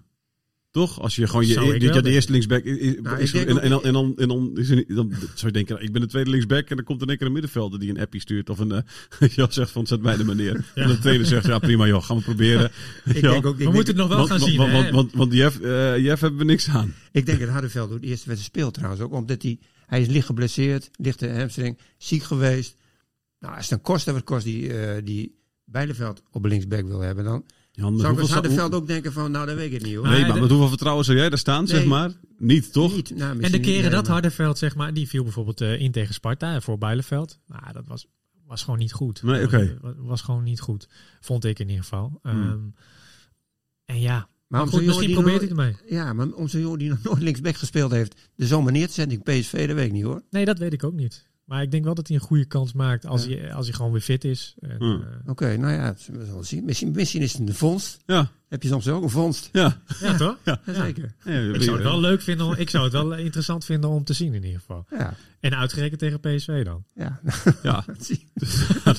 Speaker 2: Toch? Als je gewoon je,
Speaker 4: Zou ik
Speaker 2: dit
Speaker 4: wel
Speaker 2: jaar de
Speaker 4: denken.
Speaker 2: eerste linksback is, is-
Speaker 1: Nou, ik
Speaker 2: is-
Speaker 1: denk
Speaker 2: en,
Speaker 1: ook-
Speaker 2: en dan, en dan, en dan, is er niet- dan zou je denken, nou, ik ben de tweede linksback en dan komt er een keer een middenvelder die een appie stuurt of een, eh, joh, zegt van, zet mij de meneer. En de tweede zegt, ja prima joh, gaan we proberen.
Speaker 1: Ik
Speaker 2: Ja.
Speaker 1: denk ook,
Speaker 4: We
Speaker 1: ik denk,
Speaker 4: moeten het nog wel gaan zien.
Speaker 2: Want,
Speaker 4: hè?
Speaker 2: want, want, want Jeff, eh, Jeff hebben we niks aan.
Speaker 1: ik denk dat Hardenveld door de eerste wedstrijd speelt trouwens ook. Omdat hij, hij is licht geblesseerd, lichte hamstring, ziek geweest. Nou, als het een kost wat kost die, eh, die Bijleveld op linksback wil hebben, dan zou
Speaker 2: Jan,
Speaker 1: ik
Speaker 2: hoeveel
Speaker 1: als
Speaker 2: sta-
Speaker 1: Hardenveld ook denken van, nou dat weet ik niet hoor.
Speaker 2: Nee,
Speaker 4: Nee,
Speaker 2: maar
Speaker 4: de-
Speaker 2: met hoeveel vertrouwen zou jij daar staan, zeg
Speaker 1: Nee.
Speaker 2: maar? Niet, toch?
Speaker 1: Niet, nou,
Speaker 4: en de
Speaker 1: misschien niet,
Speaker 2: eh,
Speaker 4: keren
Speaker 1: nee,
Speaker 4: dat
Speaker 1: maar-
Speaker 4: Hardenveld, zeg maar, die viel bijvoorbeeld eh, in tegen Sparta eh, voor Bijleveld. Nou, dat was, was gewoon niet goed.
Speaker 2: Nee,
Speaker 4: Dat
Speaker 2: oké.
Speaker 4: was, was gewoon niet goed. Vond ik in ieder geval.
Speaker 2: Hmm.
Speaker 4: Ehm, en ja,
Speaker 1: Maar om
Speaker 4: goed,
Speaker 1: zo'n jongen
Speaker 4: misschien
Speaker 1: die
Speaker 4: probeert hij
Speaker 1: nooit-
Speaker 4: het mee.
Speaker 1: Ja, maar om zo'n jongen die nog nooit linksback gespeeld heeft, de zomaar neer te zetten in PSV, dat weet ik niet hoor.
Speaker 4: Nee, dat weet ik ook niet. Maar ik denk wel dat hij een goede kans maakt als,
Speaker 1: Ja.
Speaker 4: hij, eh, als hij gewoon weer fit is. En,
Speaker 2: Hmm.
Speaker 4: eh,
Speaker 1: Oké, nou ja, we zullen het zien. Misschien, misschien is het een vondst.
Speaker 2: Ja,
Speaker 1: Heb je soms ook een vondst?
Speaker 2: ja.
Speaker 4: ja, toch?
Speaker 2: Ja.
Speaker 1: Zeker.
Speaker 2: Ja, ja,
Speaker 4: Ik zou het wel leuk vinden. om- Ik zou het wel eh, interessant vinden om te zien in ieder geval.
Speaker 1: Ja,
Speaker 4: En uitgerekend tegen PSV dan.
Speaker 1: ja.
Speaker 2: Ja, Dus,
Speaker 1: Zie-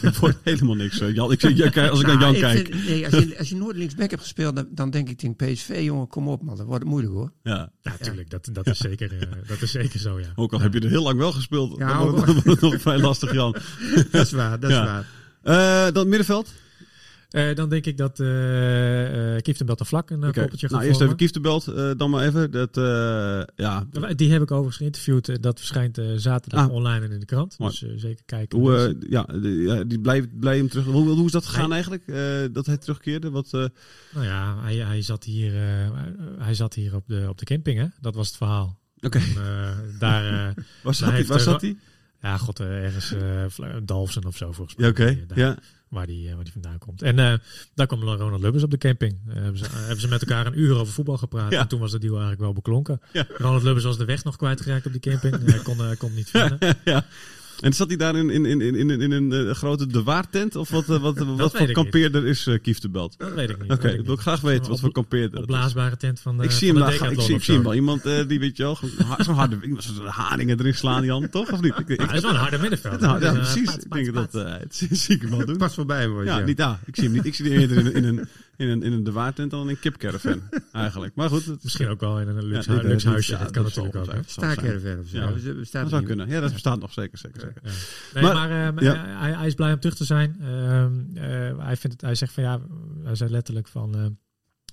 Speaker 2: dat wordt helemaal niks. eh, Jan, ik, zeg, ja, kijk, als ik
Speaker 1: Nou,
Speaker 2: naar Jan
Speaker 1: ik
Speaker 2: kijk.
Speaker 1: vind- nee, als, je, als je nooit linksback hebt gespeeld, dan, dan denk ik tegen PSV, jongen, kom op man, dat wordt het moeilijk hoor.
Speaker 2: Ja,
Speaker 4: Ja, natuurlijk. Dat, dat, is zeker, eh, dat is zeker zo, ja.
Speaker 2: ook al heb je er heel lang wel gespeeld.
Speaker 1: Ja,
Speaker 2: dan wordt
Speaker 1: ook
Speaker 2: dan wordt het nog vrij lastig, Jan.
Speaker 1: Dat is waar, dat
Speaker 2: is Ja.
Speaker 1: waar.
Speaker 2: Eh dan middenveld.
Speaker 4: Eh, dan denk ik dat eh eh Kieftenbelt de Vlak een eh,
Speaker 2: Oké,
Speaker 4: koppeltje gaat
Speaker 2: Nou, eerst even
Speaker 4: vormen.
Speaker 2: Kieft de belt. eh, dan maar even. Dat, eh, ja.
Speaker 4: Die heb ik overigens geïnterviewd. eh, Dat verschijnt eh, zaterdag
Speaker 2: Ah.
Speaker 4: online en in de krant.
Speaker 2: Mooi.
Speaker 4: Dus eh, zeker kijken.
Speaker 2: Hoe,
Speaker 4: Dus-
Speaker 2: eh, ja, de- ja, die blij, blij hem terug. Hoe, hoe is dat gegaan eigenlijk? eh, dat hij terugkeerde? Wat, eh,
Speaker 4: nou ja, hij, hij zat hier, eh, hij zat hier op, de, op de camping, hè? Dat was het verhaal.
Speaker 2: Oké.
Speaker 4: En, eh, daar, eh,
Speaker 2: waar zat hij?
Speaker 4: heeft,
Speaker 2: Waar
Speaker 4: eh,
Speaker 2: zat hij?
Speaker 4: ja, god, eh, ergens eh, Vla- Dalfsen of zo volgens mij.
Speaker 2: Ja, oké.
Speaker 4: Daar-
Speaker 2: Ja.
Speaker 4: waar die, eh, waar die vandaan komt. En eh, daar kwam Ronald Lubbers op de camping. Eh, hebben, ze, eh, hebben ze met elkaar een uur over voetbal gepraat.
Speaker 2: Ja.
Speaker 4: En toen was dat deal eigenlijk wel beklonken.
Speaker 2: Ja.
Speaker 4: Ronald Lubbers was de weg nog kwijtgeraakt op die camping. Hij kon, eh, kon niet vinden.
Speaker 2: ja. En zat hij daar in, in, in, in, in, in een eh, grote de waartent? Of wat, eh, wat, wat
Speaker 4: weet
Speaker 2: voor
Speaker 4: ik
Speaker 2: kampeerder is eh Kieft de Belt? Oké,
Speaker 4: Dat weet ik niet.
Speaker 2: dat
Speaker 4: weet ik
Speaker 2: wil ik
Speaker 4: niet.
Speaker 2: graag weten. Wat voor kampeerder dat is.
Speaker 4: Opblaasbare tent van de
Speaker 2: Ik zie
Speaker 4: van
Speaker 2: hem
Speaker 4: de
Speaker 2: daar. gaan. Ik
Speaker 4: Decathlon
Speaker 2: zie, ik
Speaker 4: of
Speaker 2: zie hem
Speaker 4: zo.
Speaker 2: wel. Iemand eh, die weet je wel, gewoon ha- zo'n harde iemand zo'n haringen erin slaan, Jan. Toch of niet? Ik, ik,
Speaker 4: Nou, dat is wel een harde middenveld.
Speaker 2: nou, ja,
Speaker 4: Dus, eh,
Speaker 2: precies.
Speaker 4: paats,
Speaker 2: ik denk
Speaker 4: paats,
Speaker 2: dat eh, het zie ik hem wel doen.
Speaker 1: Pas voorbij hoor.
Speaker 2: Ja, niet, ja, ik zie hem niet. Ik zie hem eerder in, een- in, een, in, een, in een de waartent dan in een kipcaravan eigenlijk. Maar goed. Het,
Speaker 4: Misschien ook wel in een
Speaker 2: ja,
Speaker 4: luxe,
Speaker 2: dit, eh,
Speaker 4: luxe
Speaker 2: dit-
Speaker 4: huisje.
Speaker 2: ja,
Speaker 4: dat kan
Speaker 2: zal-
Speaker 4: natuurlijk ook. hè.
Speaker 2: zal- zal zijn.
Speaker 1: Staakerven of zo.
Speaker 2: Ja.
Speaker 1: Dus, eh, bestaat
Speaker 2: Dat
Speaker 1: het
Speaker 2: zou
Speaker 1: niet.
Speaker 2: kunnen. Ja, dat bestaat nog zeker, zeker, zeker.
Speaker 4: Nee,
Speaker 2: Maar-
Speaker 4: maar, eh, maar
Speaker 2: ja.
Speaker 4: hij, hij is blij om terug te zijn. Ehm, eh, hij, vindt het, hij zegt van ja, hij zei letterlijk van. eh,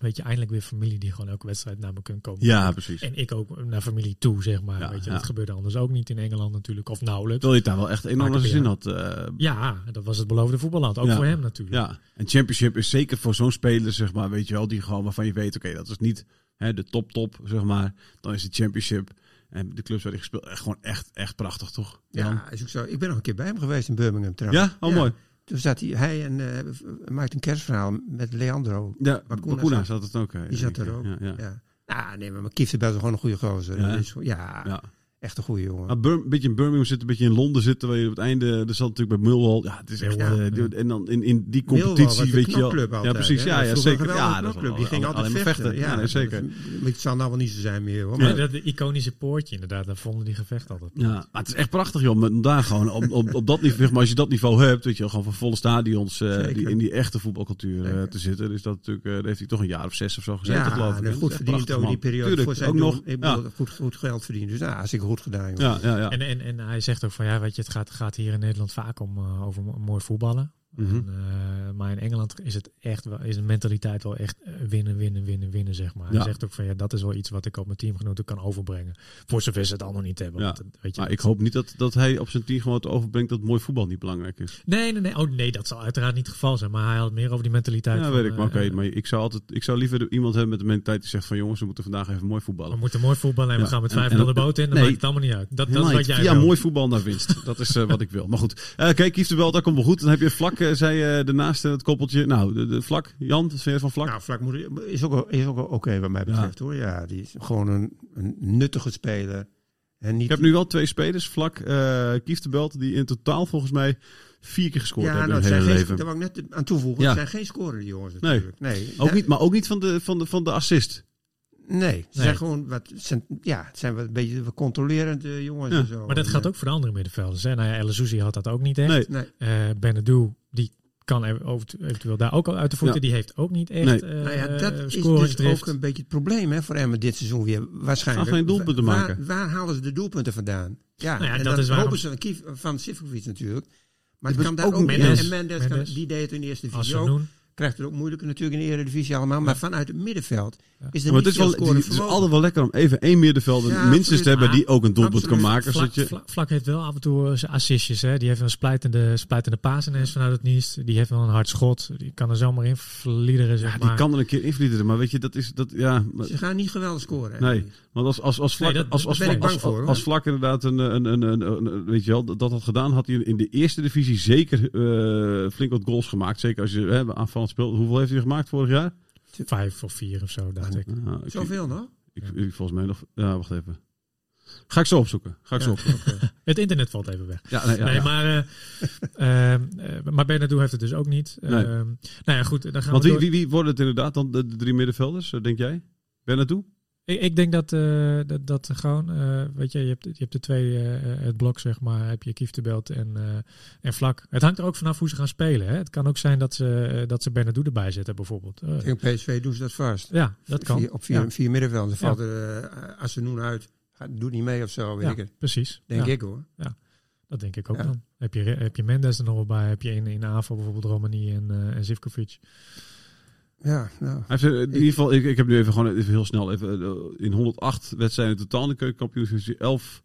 Speaker 4: weet je, eindelijk weer familie die gewoon elke wedstrijd naar me kunnen komen.
Speaker 2: Ja, precies.
Speaker 4: En ik ook naar familie toe, zeg maar.
Speaker 2: Ja,
Speaker 4: weet je,
Speaker 2: ja.
Speaker 4: Dat gebeurde anders ook niet in Engeland natuurlijk, of nauwelijks.
Speaker 2: Terwijl je het daar wel echt enorm
Speaker 4: Maar ik
Speaker 2: zin
Speaker 4: heb
Speaker 2: in
Speaker 4: ja.
Speaker 2: had. eh,
Speaker 4: Ja, dat was het beloofde voetballand. Ook
Speaker 2: Ja.
Speaker 4: voor hem natuurlijk.
Speaker 2: ja, en Championship is zeker voor zo'n speler, zeg maar, weet je wel, die gewoon waarvan je weet, oké, dat is niet hè, de top-top, zeg maar. Dan is de Championship en de clubs waar hij gespeeld, echt, gewoon echt, echt prachtig, toch? Jan?
Speaker 1: Ja, is ook zo. Ik ben nog een keer bij hem geweest in Birmingham trouwens.
Speaker 2: Ja? Oh, mooi.
Speaker 1: Toen zat hij, hij en, eh, v- maakte een kerstverhaal met Leandro.
Speaker 2: Ja,
Speaker 1: Bakuna
Speaker 2: Bakuna
Speaker 1: zat-
Speaker 2: zat het ook. hè.
Speaker 1: Die zat
Speaker 2: Ja,
Speaker 1: er ook.
Speaker 2: Ja, ja.
Speaker 1: Ja. Ah, nee, maar Kieft is best wel gewoon een goede gozer.
Speaker 2: Ja, hè?
Speaker 1: Dat is gewoon- Ja,
Speaker 2: Ja.
Speaker 1: echt een goede jongen.
Speaker 2: Maar Bir- een beetje in Birmingham zitten, een beetje in Londen zitten, waar je op het einde, er zat natuurlijk bij Millwall. Ja, het is echt,
Speaker 4: Millwall,
Speaker 2: eh,
Speaker 4: ja.
Speaker 2: en dan in, in die
Speaker 1: Millwall was
Speaker 2: competitie,
Speaker 1: een
Speaker 2: weet je wel.
Speaker 1: knokclub altijd,
Speaker 2: ja, precies,
Speaker 1: hè?
Speaker 2: ja,
Speaker 1: Dat
Speaker 2: ja
Speaker 1: was vroeger
Speaker 2: zeker.
Speaker 1: wel een
Speaker 2: Ja, dat was
Speaker 1: knokclub. Die ging
Speaker 2: al-
Speaker 1: altijd
Speaker 2: alleen maar
Speaker 1: vechten.
Speaker 2: vechten. Ja, nee,
Speaker 1: dat-
Speaker 2: zeker.
Speaker 1: dat- Het zal nou wel niet zo zijn meer hoor.
Speaker 4: Maar
Speaker 1: Maar
Speaker 4: dat de iconische poortje inderdaad, daar vonden die gevecht altijd.
Speaker 2: Ja, maar het is echt prachtig, joh. om- Om daar gewoon op, op, op dat niveau, zeg maar als je dat niveau hebt, weet je wel, gewoon van volle stadions eh,
Speaker 1: Zeker.
Speaker 2: die, in die echte voetbalcultuur eh,
Speaker 1: Zeker.
Speaker 2: te zitten. Dus dat natuurlijk, eh, daar heeft hij toch een jaar of zes of zo gezeten,
Speaker 1: ja,
Speaker 2: geloof ik.
Speaker 1: en
Speaker 2: Dat is
Speaker 1: goed
Speaker 2: echt
Speaker 1: verdiend
Speaker 2: prachtig,
Speaker 1: over die
Speaker 2: man.
Speaker 1: periode
Speaker 2: Tuurlijk,
Speaker 1: voor zijn
Speaker 2: ook
Speaker 1: doel.
Speaker 2: nog.
Speaker 1: Ik bedoel,
Speaker 2: Ja,
Speaker 1: goed, goed geld verdiend. Dus nou, hartstikke goed gedaan. Joh.
Speaker 2: ja, ja. ja.
Speaker 4: En, en, en hij zegt ook van ja, weet je, het gaat, gaat hier in Nederland vaak om eh, over mo- mooi voetballen.
Speaker 2: Mhm.
Speaker 4: En, eh, maar in Engeland is het echt wel, is de mentaliteit wel echt eh, winnen, winnen, winnen, winnen, zeg maar.
Speaker 2: Ja.
Speaker 4: Hij zegt ook van ja, dat is wel iets wat ik op mijn teamgenoten kan overbrengen. Voor zover ze het allemaal niet hebben.
Speaker 2: Ja.
Speaker 4: want, eh, weet je,
Speaker 2: Maar ik hoop niet dat, dat hij op zijn team gewoon het overbrengt dat mooi voetbal niet belangrijk is.
Speaker 4: Nee, nee, nee. Oh nee, dat zal uiteraard niet het geval zijn. Maar hij had het meer over die mentaliteit.
Speaker 2: Ja,
Speaker 4: van,
Speaker 2: weet ik. Maar
Speaker 4: eh,
Speaker 2: oké, maar ik zou, altijd, ik zou liever iemand hebben met de mentaliteit die zegt van jongens, we moeten vandaag even mooi
Speaker 4: We
Speaker 2: voetballen.
Speaker 4: moeten mooi voetballen en
Speaker 2: Ja,
Speaker 4: we gaan met
Speaker 2: en-
Speaker 4: 5
Speaker 2: en-
Speaker 4: de boot in. Dan
Speaker 2: nee.
Speaker 4: maakt het allemaal niet uit. Dat, dat is wat
Speaker 2: Light.
Speaker 4: jij
Speaker 2: Via
Speaker 4: wil.
Speaker 2: mooi voetbal naar winst. Dat is eh, wat ik wil. Maar goed. Eh kijk, Kieft de Bel, dat komt wel goed. Dan heb je Vlak, eh, zei eh, de naaste, het koppeltje. Nou, de, de Vlak, Jan, wat vind je van Vlak?
Speaker 1: Nou, Vlak moet- is ook, wel- is ook wel oké wat mij betreft hoor. Ja, die is gewoon een, een nuttige speler. En niet,
Speaker 2: ik heb nu wel twee spelers, Vlak, eh Kieft de Belt, die in totaal volgens mij vier keer gescoord
Speaker 1: ja,
Speaker 2: hebben
Speaker 1: nou, het
Speaker 2: in hun
Speaker 1: zijn
Speaker 2: hele
Speaker 1: geen,
Speaker 2: leven.
Speaker 1: daar wou ik net aan toevoegen.
Speaker 2: Ja.
Speaker 1: Het zijn geen scoren die jongens
Speaker 2: Nee.
Speaker 1: natuurlijk. Nee,
Speaker 2: Ook niet, maar ook niet van de, van de, van de assist.
Speaker 1: Nee, ze
Speaker 4: Nee.
Speaker 1: zijn gewoon wat, ze zijn, ja, het zijn wat een beetje wat controlerend eh, jongens
Speaker 2: Ja,
Speaker 1: en zo.
Speaker 4: Maar dat
Speaker 1: En,
Speaker 4: gaat
Speaker 1: eh,
Speaker 4: ook voor de andere middenvelders. Hè? Nou ja, El Azuzi had dat ook niet echt.
Speaker 2: Nee.
Speaker 1: Nee.
Speaker 4: Eh Benedou, die kan ev- over- eventueel daar ook al uit de voeten.
Speaker 2: Ja.
Speaker 4: Die heeft ook niet echt
Speaker 2: Nee.
Speaker 4: eh
Speaker 1: Nou ja, dat
Speaker 4: eh,
Speaker 1: is dus
Speaker 4: scoringsdrift.
Speaker 1: ook een beetje het probleem hè, voor Emmen dit seizoen weer. Waarschijnlijk.
Speaker 2: Gaan geen doelpunten
Speaker 1: Waar-
Speaker 2: maken.
Speaker 1: Waar, halen ze de doelpunten vandaan? Ja,
Speaker 4: Nou ja,
Speaker 1: en
Speaker 4: dat
Speaker 1: dat
Speaker 4: is waarom-
Speaker 1: hopen ze van, Kief, van Sivkovic natuurlijk. Maar
Speaker 2: Dat
Speaker 1: het kan
Speaker 2: is
Speaker 1: daar
Speaker 2: ook
Speaker 1: ook,
Speaker 2: een-
Speaker 1: en
Speaker 4: Mendes.
Speaker 1: Mendes, kan-
Speaker 4: Mendes.
Speaker 1: die deed het in de eerste divisie ook.
Speaker 4: Asenoen.
Speaker 1: Krijgt het ook moeilijker natuurlijk in de Eredivisie allemaal. Maar vanuit het middenveld is er
Speaker 2: Maar
Speaker 1: niet
Speaker 2: het is,
Speaker 1: veel
Speaker 2: wel, die-
Speaker 1: scoren
Speaker 2: het is altijd wel lekker om even één middenvelder
Speaker 1: Ja,
Speaker 2: minstens te
Speaker 1: absoluut.
Speaker 2: hebben die ook een doelpunt kan
Speaker 1: Absoluut.
Speaker 2: maken.
Speaker 4: Vlak,
Speaker 2: Zodat je,
Speaker 4: Vla- Vlak heeft wel af en toe eh, zijn assistjes. Hè? Die heeft een splijtende, splijtende paas ineens vanuit het niest. Die heeft wel een hard schot. Die kan er zomaar in vliederen, zeg
Speaker 2: ja, die
Speaker 4: maar.
Speaker 2: kan er een keer invliederen. Maar weet je, dat is... Dat, ja, maar-
Speaker 1: Ze gaan niet geweldig scoren. hè.
Speaker 2: Nee, want als, als, als, vlak,
Speaker 4: Nee, dat-
Speaker 2: als, als,
Speaker 1: daar ben
Speaker 2: vlak,
Speaker 1: ik
Speaker 2: als,
Speaker 1: bang voor, hoor.
Speaker 2: als vlak inderdaad een, een, een, een, een- weet je wel, dat dat had gedaan, had hij in de eerste divisie zeker eh, flink wat goals gemaakt. Zeker als je hè, aanvallend speelt. Hoeveel heeft hij gemaakt vorig jaar?
Speaker 4: Vijf of vier of zo, dacht ik.
Speaker 2: Nou, ik,
Speaker 1: Zoveel nog?
Speaker 2: ik- ik- volgens mij nog. Ja, wacht even. Ga ik zo opzoeken. Ga ik zo
Speaker 1: Ja.
Speaker 2: opzoeken.
Speaker 4: Het internet valt even weg.
Speaker 2: Ja, nee, ja,
Speaker 4: nee,
Speaker 2: ja.
Speaker 4: maar, eh ehm, eh, maar Bernardo heeft het dus ook niet.
Speaker 2: Nee.
Speaker 4: Ehm, nou ja, goed, dan gaan
Speaker 2: Want
Speaker 4: we
Speaker 2: wie,
Speaker 4: door.
Speaker 2: wie, wie worden het inderdaad dan de, de drie middenvelders, eh, denk jij? Ben naartoe?
Speaker 4: Ik, ik denk dat, eh, dat, dat gewoon, eh, weet je, je hebt, je hebt de twee, eh, het blok zeg maar, heb je Kieftebelt en, eh, en Vlak. Het hangt er ook vanaf hoe ze gaan spelen. Hè? Het kan ook zijn dat ze, eh, dat ze Bernardo erbij zetten bijvoorbeeld. Eh,
Speaker 1: Tegen PSV doen ze dat vast.
Speaker 4: ja, dat kan.
Speaker 1: Vier- op vier,
Speaker 4: Ja.
Speaker 1: vier middenvelden
Speaker 4: Ja.
Speaker 1: valt er eh, Asenoen uit. Gaat- Doet niet mee of zo, weet
Speaker 4: Ja,
Speaker 1: ik het.
Speaker 4: precies.
Speaker 1: Denk
Speaker 4: Ja,
Speaker 1: ik hoor.
Speaker 4: Dat denk ik ook
Speaker 1: Ja.
Speaker 4: dan. Heb je, heb je Mendes er nog wel bij? Heb je in, in AVO bijvoorbeeld Romani en, eh en Zivkovic?
Speaker 1: Ja, nou.
Speaker 2: Hij heeft, eh, in ieder geval, ik, ik heb nu even gewoon even heel snel even, eh, in 108 wedstrijden totaal in de keukenkampioen is hij 11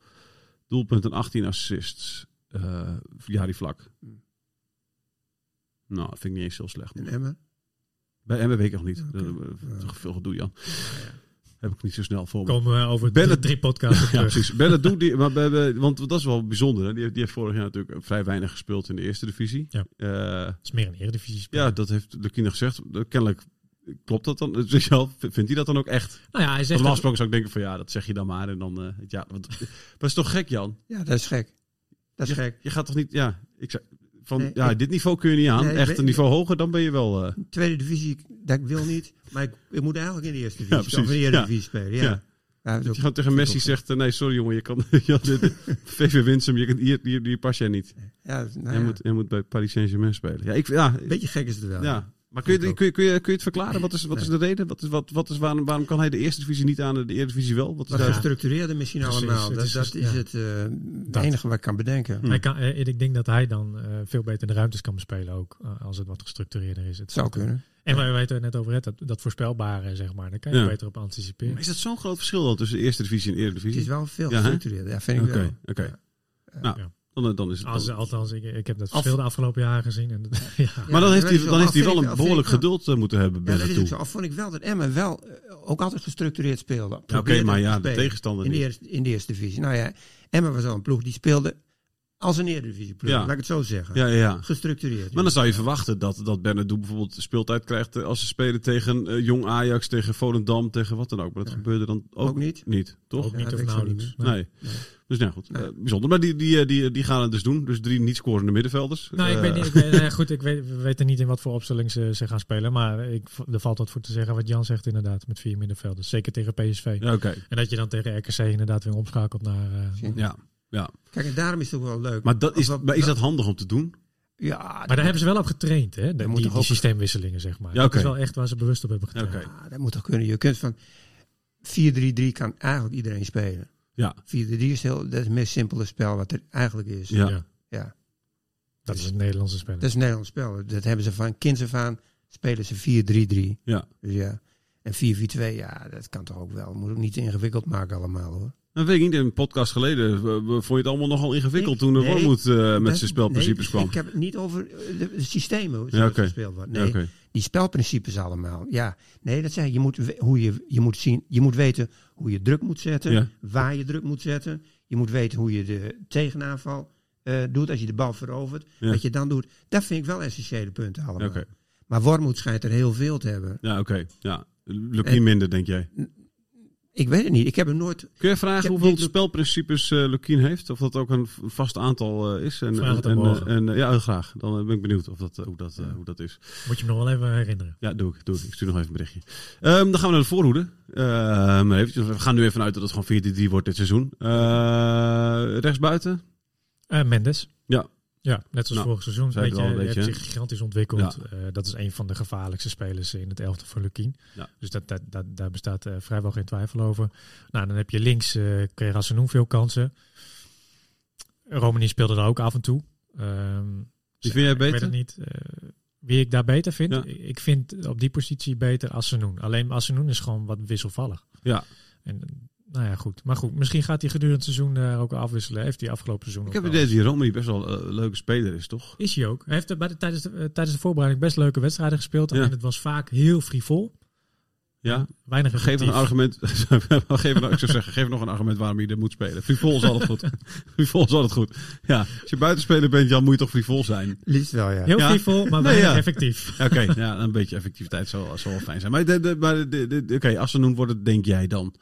Speaker 2: doelpunten en 18 assists. Eh ja, die vlak. Nou, dat vind ik niet eens heel slecht.
Speaker 1: In Emmen.
Speaker 2: Bij Emmen weet ik nog niet.
Speaker 1: Oké.
Speaker 2: Dat is toch veel gedoe, Jan. Heb ik niet zo snel voor me.
Speaker 4: Komen we eh, over
Speaker 2: Bellen-
Speaker 4: drie, drie podcasts op
Speaker 2: Ja,
Speaker 4: terug.
Speaker 2: precies. Bernardo, die, maar, bij- bij- want dat is wel bijzonder. Hè? Die, heeft, die heeft vorig jaar natuurlijk vrij weinig gespeeld in de eerste divisie.
Speaker 4: Ja.
Speaker 2: Eh,
Speaker 4: Het is meer een eredivisie
Speaker 2: ja, dat heeft de kinder gezegd. Eh, Kennelijk klopt dat dan. Vindt hij dat dan ook echt?
Speaker 4: Nou ja, hij zegt
Speaker 2: Normaal
Speaker 4: dat-
Speaker 2: gesproken zou ik denken van ja, dat zeg je dan maar. En dan, eh, ja, want, maar het is toch gek Jan?
Speaker 1: Ja, dat is gek. Dat is
Speaker 2: je,
Speaker 1: gek.
Speaker 2: Je gaat toch niet, ja, ik zei, van,
Speaker 1: Nee,
Speaker 2: ja
Speaker 1: ik-
Speaker 2: dit niveau kun je niet aan.
Speaker 1: Nee, ik
Speaker 2: Echt
Speaker 1: weet-
Speaker 2: een niveau hoger, dan ben je wel... eh,
Speaker 1: Tweede divisie, dat wil niet. Maar ik, ik moet eigenlijk in de eerste
Speaker 2: Ja,
Speaker 1: divisie, of in de
Speaker 2: precies.
Speaker 1: eerste
Speaker 2: Ja.
Speaker 1: divisie spelen. Ja.
Speaker 2: Ja.
Speaker 1: Ja, dat is
Speaker 2: dat
Speaker 1: ook-
Speaker 2: je gewoon tegen Messi
Speaker 1: ook-
Speaker 2: zegt, eh, nee sorry jongen, je kan, Jan, dit- VV Winsum, je kan, hier, hier, hier pas jij niet.
Speaker 1: ja, nou
Speaker 2: Jij,
Speaker 1: ja.
Speaker 2: moet, jij moet bij Paris Saint-Germain spelen. Ja, ik, ja,
Speaker 1: Beetje gek is het wel.
Speaker 2: ja, Maar kun je, kun, je, kun, je, kun je het verklaren? Wat is, wat is de reden? Wat is, wat, wat is, waarom, waarom kan hij de eerste divisie niet aan en de Eredivisie wel? Wat is
Speaker 1: Maar
Speaker 2: daar-
Speaker 1: gestructureerde misschien
Speaker 4: Precies,
Speaker 1: allemaal.
Speaker 4: het
Speaker 1: Dat,
Speaker 4: is
Speaker 1: dat
Speaker 4: gest-
Speaker 1: is
Speaker 4: ja.
Speaker 1: het eh, enige wat ik kan bedenken.
Speaker 2: Hm.
Speaker 4: Hij kan, eh, ik denk dat hij dan eh, veel beter de ruimtes kan bespelen ook. eh, als het wat gestructureerder is. Het
Speaker 1: Het zou kunnen.
Speaker 4: En waar we het net over hebben, dat, dat voorspelbare, zeg maar. Daar kan je
Speaker 2: Ja.
Speaker 4: beter op anticiperen.
Speaker 2: Maar is dat zo'n groot verschil dan tussen de eerste divisie en de
Speaker 1: Het
Speaker 2: Eredivisie?
Speaker 1: is wel veel
Speaker 2: Ja, hè?
Speaker 1: gestructureerder. Ja, vind ik
Speaker 2: Oké,
Speaker 1: wel.
Speaker 2: oké. Nou,
Speaker 4: Ja. Ah,
Speaker 2: dan, dan is het...
Speaker 4: Als,
Speaker 2: dan-
Speaker 4: althans, ik, ik heb dat
Speaker 1: Af-
Speaker 4: verschil de afgelopen jaren gezien. En, ja.
Speaker 2: maar dan
Speaker 1: dat
Speaker 2: heeft,
Speaker 1: weet
Speaker 2: hij,
Speaker 1: ik wel.
Speaker 2: dan heeft hij
Speaker 1: Vind
Speaker 2: wel
Speaker 1: ik-
Speaker 2: een
Speaker 1: vind
Speaker 2: behoorlijk
Speaker 1: ik wel.
Speaker 2: geduld eh, moeten hebben
Speaker 1: Ja,
Speaker 2: bij
Speaker 1: dat is
Speaker 2: toe.
Speaker 1: ook zo. Al vond ik wel dat Emmen wel eh, ook altijd gestructureerd speelde.
Speaker 2: Ja, Oké,
Speaker 1: Probeerde
Speaker 2: maar
Speaker 1: te
Speaker 2: ja, de
Speaker 1: spelen.
Speaker 2: tegenstander
Speaker 1: in de,
Speaker 2: niet.
Speaker 1: eerste, in de eerste divisie. Nou ja, Emmen was al een ploeg die speelde als een eredivisieploeg.
Speaker 2: Ja.
Speaker 1: Laat ik het zo zeggen.
Speaker 2: Ja, ja, ja.
Speaker 1: Gestructureerd.
Speaker 2: Maar dan zou je verwachten dat, dat Bernardo bijvoorbeeld speeltijd krijgt eh, als ze spelen tegen eh, Jong Ajax, tegen Volendam, tegen wat dan ook. Maar dat gebeurde dan ook,
Speaker 1: Ook niet.
Speaker 2: toch?
Speaker 4: ook
Speaker 1: Ja, dat
Speaker 4: niet
Speaker 1: weet ik
Speaker 4: of
Speaker 1: zo niet
Speaker 4: nauwelijks.
Speaker 2: Nee. Dus nou goed, eh, bijzonder. Maar die, die, eh, die, die gaan het dus doen. Dus drie niet scorende middenvelders.
Speaker 4: Nou, ik
Speaker 2: Eh,
Speaker 4: weet niet, ik weet, nou ja, goed, ik weet, we weten niet in wat voor opstelling ze, ze gaan spelen. Maar ik, v- er valt wat voor te zeggen wat Jan zegt inderdaad, met vier middenvelders. Zeker tegen PSV.
Speaker 2: Ja, oké.
Speaker 4: En dat je dan tegen RKC inderdaad weer omschakelt naar... eh,
Speaker 2: Ja. ja.
Speaker 1: Kijk, en daarom is het ook wel leuk.
Speaker 2: Maar, dat is,
Speaker 1: Als we-
Speaker 2: maar is dat handig om te doen?
Speaker 1: Ja,
Speaker 4: maar daar hebben ze wel op getraind, hè? De-
Speaker 1: moet
Speaker 4: die,
Speaker 1: toch
Speaker 4: die
Speaker 1: ook-
Speaker 4: systeemwisselingen, zeg maar.
Speaker 2: Ja,
Speaker 4: Dat is
Speaker 2: oké.
Speaker 4: wel echt waar ze bewust op hebben
Speaker 2: Ja,
Speaker 4: getraind.
Speaker 2: oké.
Speaker 1: Ah, dat moet toch kunnen. Je kunt van 4-3-3 kan eigenlijk iedereen spelen.
Speaker 2: Ja.
Speaker 1: 4-3 is heel, dat is het meest simpele spel wat er eigenlijk is.
Speaker 2: Ja.
Speaker 4: Ja.
Speaker 1: Ja.
Speaker 4: Dat is het Nederlandse spel.
Speaker 1: Dat is een Nederlands spel. Dat hebben ze van kinds af aan spelen ze 4-3-3.
Speaker 2: Ja.
Speaker 1: Dus ja. En 4-4-2, ja, dat kan toch ook wel. Moet ook niet ingewikkeld maken allemaal hoor.
Speaker 2: Dat weet ik niet, een podcast geleden eh, vond je het allemaal nogal ingewikkeld
Speaker 1: Nee,
Speaker 2: toen de
Speaker 1: nee.
Speaker 2: Wormoed eh, met
Speaker 1: Dat-
Speaker 2: zijn
Speaker 1: nee,
Speaker 2: spelprincipes kwam.
Speaker 1: Ik heb het niet over eh, de, de systemen hoe
Speaker 2: Ja,
Speaker 1: zoals
Speaker 2: oké.
Speaker 1: gespeeld wordt. Nee,
Speaker 2: Ja, oké.
Speaker 1: die spelprincipes allemaal. Ja, nee, dat zeg ik. Je moet, we- hoe je, je, moet zien, je moet weten hoe je druk moet zetten,
Speaker 2: Ja.
Speaker 1: waar je druk moet zetten. Je moet weten hoe je de tegenaanval eh, doet als je de bal verovert.
Speaker 2: Ja.
Speaker 1: Wat je dan doet, dat vind ik wel essentiële punten allemaal.
Speaker 2: Oké.
Speaker 1: Maar Wormoed schijnt er heel veel te hebben.
Speaker 2: Ja, oké. Ja. Lukt
Speaker 1: En-
Speaker 2: niet minder, denk jij.
Speaker 1: Ik weet het niet. Ik heb hem nooit.
Speaker 2: Kun je
Speaker 1: Ik
Speaker 2: vragen
Speaker 1: heb
Speaker 2: hoeveel
Speaker 1: niet-
Speaker 2: spelprincipes eh Lukien heeft? Of dat ook een v- vast aantal eh, is? En,
Speaker 4: Vraag het
Speaker 2: en,
Speaker 4: hem
Speaker 2: eh,
Speaker 4: morgen.
Speaker 2: en, eh, ja, graag. Dan eh, ben ik benieuwd of dat, eh, hoe, dat, eh, hoe dat is.
Speaker 4: Moet je me nog wel even herinneren.
Speaker 2: Ja, doe ik. Doe ik. ik stuur nog even een berichtje. Ehm, dan gaan we naar de voorhoede. Ehm, eventjes, we gaan nu even uit dat het gewoon 4-3 wordt dit seizoen. Eh rechtsbuiten?
Speaker 4: Eh, Mendes.
Speaker 2: Ja.
Speaker 4: Ja, net als
Speaker 2: Nou,
Speaker 4: vorig seizoen.
Speaker 2: zei
Speaker 4: Weet
Speaker 2: ik
Speaker 4: je,
Speaker 2: al een
Speaker 4: hij heeft
Speaker 2: beetje.
Speaker 4: zich gigantisch ontwikkeld. Eh, dat is een van de gevaarlijkste spelers in het elfte voor Lukien.
Speaker 2: Ja.
Speaker 4: Dus dat, dat, dat, daar bestaat eh, vrijwel geen twijfel over. Nou, dan heb je links eh kreeg Hassanoen veel kansen. Romani speelde daar ook af en toe. Ehm,
Speaker 2: Die vind jij
Speaker 4: Ik weet
Speaker 2: beter?
Speaker 4: het niet. eh, wie ik daar beter vind?
Speaker 2: Ja.
Speaker 4: Ik ik vind op die positie beter Assenoen. Alleen Assenoen is gewoon wat wisselvallig.
Speaker 2: Ja.
Speaker 4: En eh, nou ja, goed. Maar goed, misschien gaat hij gedurende het seizoen eh, ook afwisselen. Heeft hij afgelopen seizoen
Speaker 2: Ik
Speaker 4: ook
Speaker 2: heb het
Speaker 4: wel.
Speaker 2: idee dat die Romy best wel eh, een leuke speler is, toch?
Speaker 4: Is hij ook. Hij heeft er bij de, tijdens, de, eh, tijdens de voorbereiding best leuke wedstrijden gespeeld.
Speaker 2: Ja.
Speaker 4: En het was vaak heel frivol.
Speaker 2: Ja.
Speaker 4: Weinig
Speaker 2: Geef een
Speaker 4: effectief.
Speaker 2: argument. geef een, ik zou zeggen, geef nog een argument waarom je er moet spelen. Frivol is altijd goed. Frivol is altijd goed. Ja, als je buitenspeler bent, Jan, moet je toch frivol zijn.
Speaker 1: Liefst wel, ja.
Speaker 4: Heel
Speaker 2: Ja.
Speaker 4: frivol, maar
Speaker 2: Nee,
Speaker 4: weinig
Speaker 2: ja.
Speaker 4: effectief.
Speaker 2: Ja, Oké, ja, een beetje effectiviteit zou, zou wel fijn zijn. Maar, de, de, maar de, de, de- oké, als ze noemd worden, denk jij dan.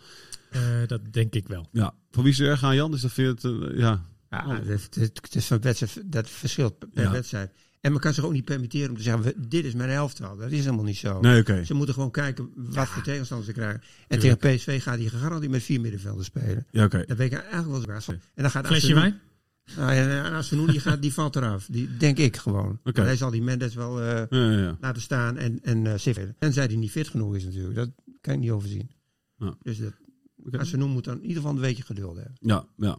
Speaker 4: Eh, dat denk ik wel.
Speaker 2: Ja, voor wie ze er gaan, Jan? Dus dat vind je het, eh, ja.
Speaker 1: Ja, het, het- het is van wedstrijd, dat verschilt per
Speaker 2: Ja.
Speaker 1: wedstrijd. En men kan zich ook niet permitteren om te zeggen, we- dit is mijn elftal. Dat is helemaal niet zo.
Speaker 2: Nee, oké.
Speaker 1: Ze moeten gewoon kijken wat voor tegenstanders ze krijgen. En tegen PSV gaat hij gegarandeerd met vier middenvelden spelen.
Speaker 2: Ja, oké.
Speaker 1: Dat weet ik eigenlijk wel zwaar. En dan gaat
Speaker 4: Flesje
Speaker 1: Asenoen-
Speaker 4: wijn?
Speaker 1: Nou, ja, en Asenoen, die, gaat, die valt eraf. Die denk ik gewoon.
Speaker 2: Oké.
Speaker 1: Hij zal die Mendes wel eh,
Speaker 2: Ja, ja, ja.
Speaker 1: laten staan en, en eh En Tenzij die niet fit genoeg is natuurlijk. Dat kan ik niet overzien.
Speaker 2: Ja.
Speaker 1: Dus dat,
Speaker 2: Oké.
Speaker 1: Asenoen moet dan in ieder geval een beetje geduld hebben.
Speaker 2: ja, ja.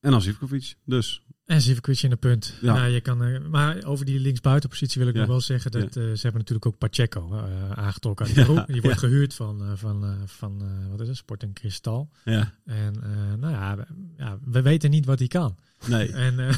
Speaker 2: En als Ivkovic, dus.
Speaker 4: En Zivkovic in de punt.
Speaker 2: Ja.
Speaker 4: Nou, je kan, eh, maar over die linksbuitenpositie wil ik
Speaker 2: Ja.
Speaker 4: nog wel zeggen dat eh, ze hebben natuurlijk ook Pacheco eh, aangetrokken uit de
Speaker 2: Ja,
Speaker 4: groep. Die wordt
Speaker 2: ja.
Speaker 4: gehuurd van, eh, van, eh, van eh, wat is het, Sporting Kristal.
Speaker 2: Ja,
Speaker 4: En eh, nou ja we, ja, we weten niet wat hij kan.
Speaker 2: nee.
Speaker 4: En, eh,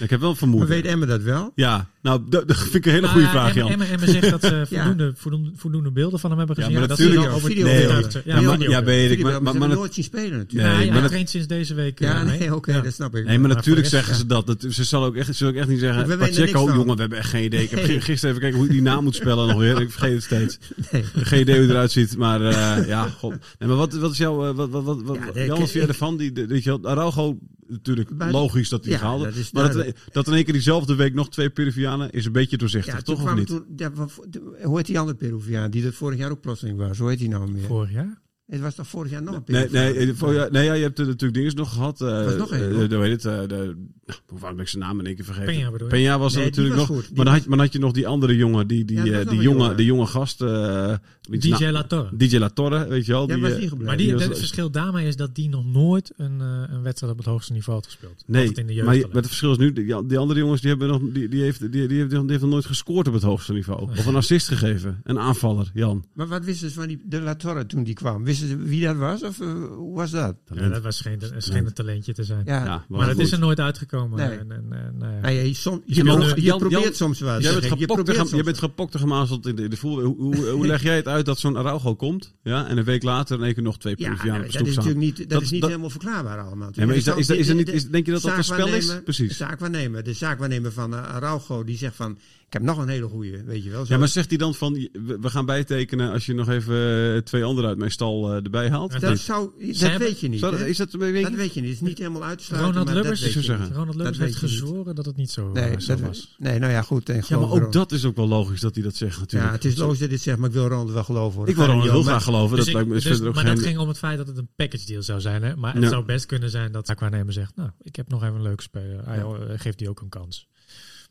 Speaker 2: Ik heb wel een
Speaker 1: Maar
Speaker 2: vermoeden.
Speaker 1: weet Emmen dat wel?
Speaker 2: Ja, nou, dat, dat vind ik een hele goede
Speaker 4: nou ja,
Speaker 2: vraag,
Speaker 4: Emme-
Speaker 2: Jan.
Speaker 4: Emme, Emme zegt dat ze voldoende, voldoende, voldoende beelden van hem hebben
Speaker 2: Ja,
Speaker 4: gezien.
Speaker 2: maar
Speaker 4: dat
Speaker 2: natuurlijk-
Speaker 4: is dan over
Speaker 1: Video-
Speaker 4: die
Speaker 1: Nee,
Speaker 4: overtuigd.
Speaker 1: hoor.
Speaker 4: Ja,
Speaker 2: Ja, maar,
Speaker 4: video-
Speaker 2: ja, weet ik.
Speaker 1: Jullie
Speaker 2: Maar,
Speaker 1: hebben
Speaker 2: maar,
Speaker 1: hem
Speaker 2: maar,
Speaker 1: nooit zien spelen natuurlijk.
Speaker 2: Nee,
Speaker 4: Nee,
Speaker 2: maar
Speaker 4: hij
Speaker 2: dat-
Speaker 4: traint sinds deze week. eh,
Speaker 1: Ja,
Speaker 4: mee.
Speaker 1: nee, oké,
Speaker 4: Ja.
Speaker 1: dat snap ik.
Speaker 2: Nee, maar
Speaker 4: Maar
Speaker 2: natuurlijk
Speaker 4: voor de
Speaker 2: zeggen ze dat. dat ze zal ook echt, ze zal ook echt niet zeggen.
Speaker 1: We weten er
Speaker 2: Pacheco,
Speaker 1: niks van.
Speaker 2: jongen, we hebben echt geen idee. Ik heb gisteren even kijken hoe je die naam moet spellen nog weer. Ik vergeet het steeds.
Speaker 1: Nee.
Speaker 2: Geen idee hoe het eruit ziet. Maar eh, ja, god. Nee, maar wat, wat is jouw. eh, Wat, wat, wat, wat,
Speaker 1: Ja, nee,
Speaker 2: Jan,
Speaker 1: ik-
Speaker 2: wat vind je
Speaker 1: ik-
Speaker 2: ervan? Die, de- weet je wel, Araujo, natuurlijk
Speaker 1: Maar-
Speaker 2: logisch dat hij
Speaker 1: Ja,
Speaker 2: gehaald
Speaker 1: dat is
Speaker 2: Maar dat,
Speaker 1: duidelijk.
Speaker 2: dat in één keer diezelfde week nog twee Peruvianen is een beetje doorzichtig,
Speaker 1: Ja,
Speaker 2: toch
Speaker 1: toen
Speaker 2: of
Speaker 1: kwam
Speaker 2: niet?
Speaker 1: toen, ja, wat- de- hoe heet die andere Peruviaan die er vorig jaar ook plotseling was? Hoe heet die nou meer?
Speaker 4: Vorig jaar?
Speaker 1: Het was toch vorig jaar nog een
Speaker 2: Nee,
Speaker 1: periode?
Speaker 2: nee, eh, voor- ja, nee ja, je hebt er natuurlijk dingen nog gehad. eh,
Speaker 1: was nog één,
Speaker 2: eh,
Speaker 1: hoor.
Speaker 2: hoe heet het? eh, de, hoe vaak ben ik zijn naam in één keer vergeten?
Speaker 4: Peña bedoel je?
Speaker 2: Peña was
Speaker 1: Nee,
Speaker 2: er
Speaker 1: die
Speaker 2: natuurlijk
Speaker 1: was
Speaker 2: nog.
Speaker 1: goed. Die
Speaker 2: maar, dan had,
Speaker 1: was-
Speaker 2: maar dan had je nog die andere jongen, die, die,
Speaker 1: Ja, dat
Speaker 2: eh,
Speaker 1: was nog
Speaker 2: die,
Speaker 1: een
Speaker 2: jonge,
Speaker 1: jongen.
Speaker 2: die jonge gast. eh, iets
Speaker 4: DJ
Speaker 2: na-
Speaker 4: La Torre.
Speaker 2: DJ La Torre, weet je wel.
Speaker 1: Ja,
Speaker 2: die,
Speaker 1: was
Speaker 2: eh,
Speaker 1: ingebleven.
Speaker 4: Maar die,
Speaker 2: was-
Speaker 4: het verschil daarmee is dat die nog nooit een, eh, een wedstrijd op het hoogste niveau had gespeeld.
Speaker 2: Nee,
Speaker 4: Altijd in de
Speaker 2: maar je-
Speaker 4: jeugd.
Speaker 2: maar het verschil is nu, die, die andere jongens die hebben nog, die, die, heeft, die, die, heeft, die heeft nog nooit gescoord op het hoogste niveau. Of een assist gegeven. Een aanvaller, Jan.
Speaker 1: Maar wat wisten ze van die De La Torre toen die kwam? Wisten ze wie dat was of eh, hoe was dat?
Speaker 4: ja, dat was geen, dat scheen een talentje te zijn.
Speaker 1: Ja.
Speaker 4: maar het
Speaker 2: goed.
Speaker 4: is er nooit uitgekomen.
Speaker 1: Nee.
Speaker 4: En, en, en, nou ja.
Speaker 1: Nou ja, je, som- je,
Speaker 2: Jan-
Speaker 1: pro-
Speaker 2: Jan-
Speaker 1: je
Speaker 2: Jan-
Speaker 1: probeert
Speaker 2: Jan-
Speaker 1: soms wat.
Speaker 2: Jij bent
Speaker 1: je
Speaker 2: gepokt en
Speaker 1: probeert
Speaker 2: gem-
Speaker 1: soms
Speaker 2: jij bent
Speaker 1: wat.
Speaker 2: gepokt en gemazeld in de, in de voel. Hoe, hoe, hoe leg jij het uit dat zo'n Araujo komt? Ja, en een week later in één keer nog twee
Speaker 1: Ja,
Speaker 2: proefjaren
Speaker 1: nou,
Speaker 2: op
Speaker 1: dat
Speaker 2: stoep
Speaker 1: is
Speaker 2: staan.
Speaker 1: natuurlijk niet, dat
Speaker 2: Dat-
Speaker 1: is niet
Speaker 2: dat-
Speaker 1: helemaal verklaarbaar allemaal.
Speaker 2: Ja, maar is
Speaker 1: Dus
Speaker 2: dat-
Speaker 1: dan-
Speaker 2: is dat- is
Speaker 1: de-
Speaker 2: dat
Speaker 1: de-
Speaker 2: niet- is- denk je dat dat een spel is?
Speaker 1: zaakwaarnemer-
Speaker 2: Precies.
Speaker 1: de Zaakwaarnemer, de zaakwaarnemer van eh, Araujo, die zegt van, ik heb nog een hele goeie, weet je wel. Zo.
Speaker 2: Ja, maar zegt hij dan van, we we gaan bijtekenen als je nog even eh, twee anderen uit mijn stal eh, erbij haalt?
Speaker 4: Ja,
Speaker 1: dat zou, dat
Speaker 4: hebben-
Speaker 1: weet je niet.
Speaker 2: Zou dat-
Speaker 1: hè?
Speaker 2: is dat een
Speaker 1: dat
Speaker 2: beetje...
Speaker 1: weet je niet, het is niet helemaal uit te sluiten,
Speaker 4: Ronald
Speaker 1: maar dat
Speaker 4: Lubbers,
Speaker 1: weet
Speaker 2: zou
Speaker 1: je
Speaker 2: zeggen.
Speaker 1: niet.
Speaker 4: Ronald Lubbers
Speaker 1: weet
Speaker 4: heeft
Speaker 1: je niet.
Speaker 4: gezworen dat het niet zo,
Speaker 1: Nee,
Speaker 4: eh, zo
Speaker 1: dat
Speaker 4: was.
Speaker 1: was. Nee, nou ja, goed. En
Speaker 2: Ja, maar ook
Speaker 1: dat.
Speaker 2: dat is ook wel logisch dat hij dat zegt
Speaker 1: Ja,
Speaker 2: natuurlijk.
Speaker 1: het is logisch dat dit zegt, maar ik wil Ronald wel geloven. hoor.
Speaker 2: Ik wil
Speaker 1: Ja,
Speaker 2: Ronald heel
Speaker 1: maar-
Speaker 2: graag geloven.
Speaker 4: Dus
Speaker 2: dat
Speaker 4: ik-
Speaker 2: lijkt me is
Speaker 4: dus-
Speaker 2: verder ook
Speaker 4: maar
Speaker 2: geen...
Speaker 4: dat ging om het feit dat het een package deal zou zijn. Hè? Maar het
Speaker 2: Ja.
Speaker 4: zou best kunnen zijn dat Aquanemer zegt... nou, ik heb nog even een leuke speler. Ah, joh, eh, geef die ook een kans.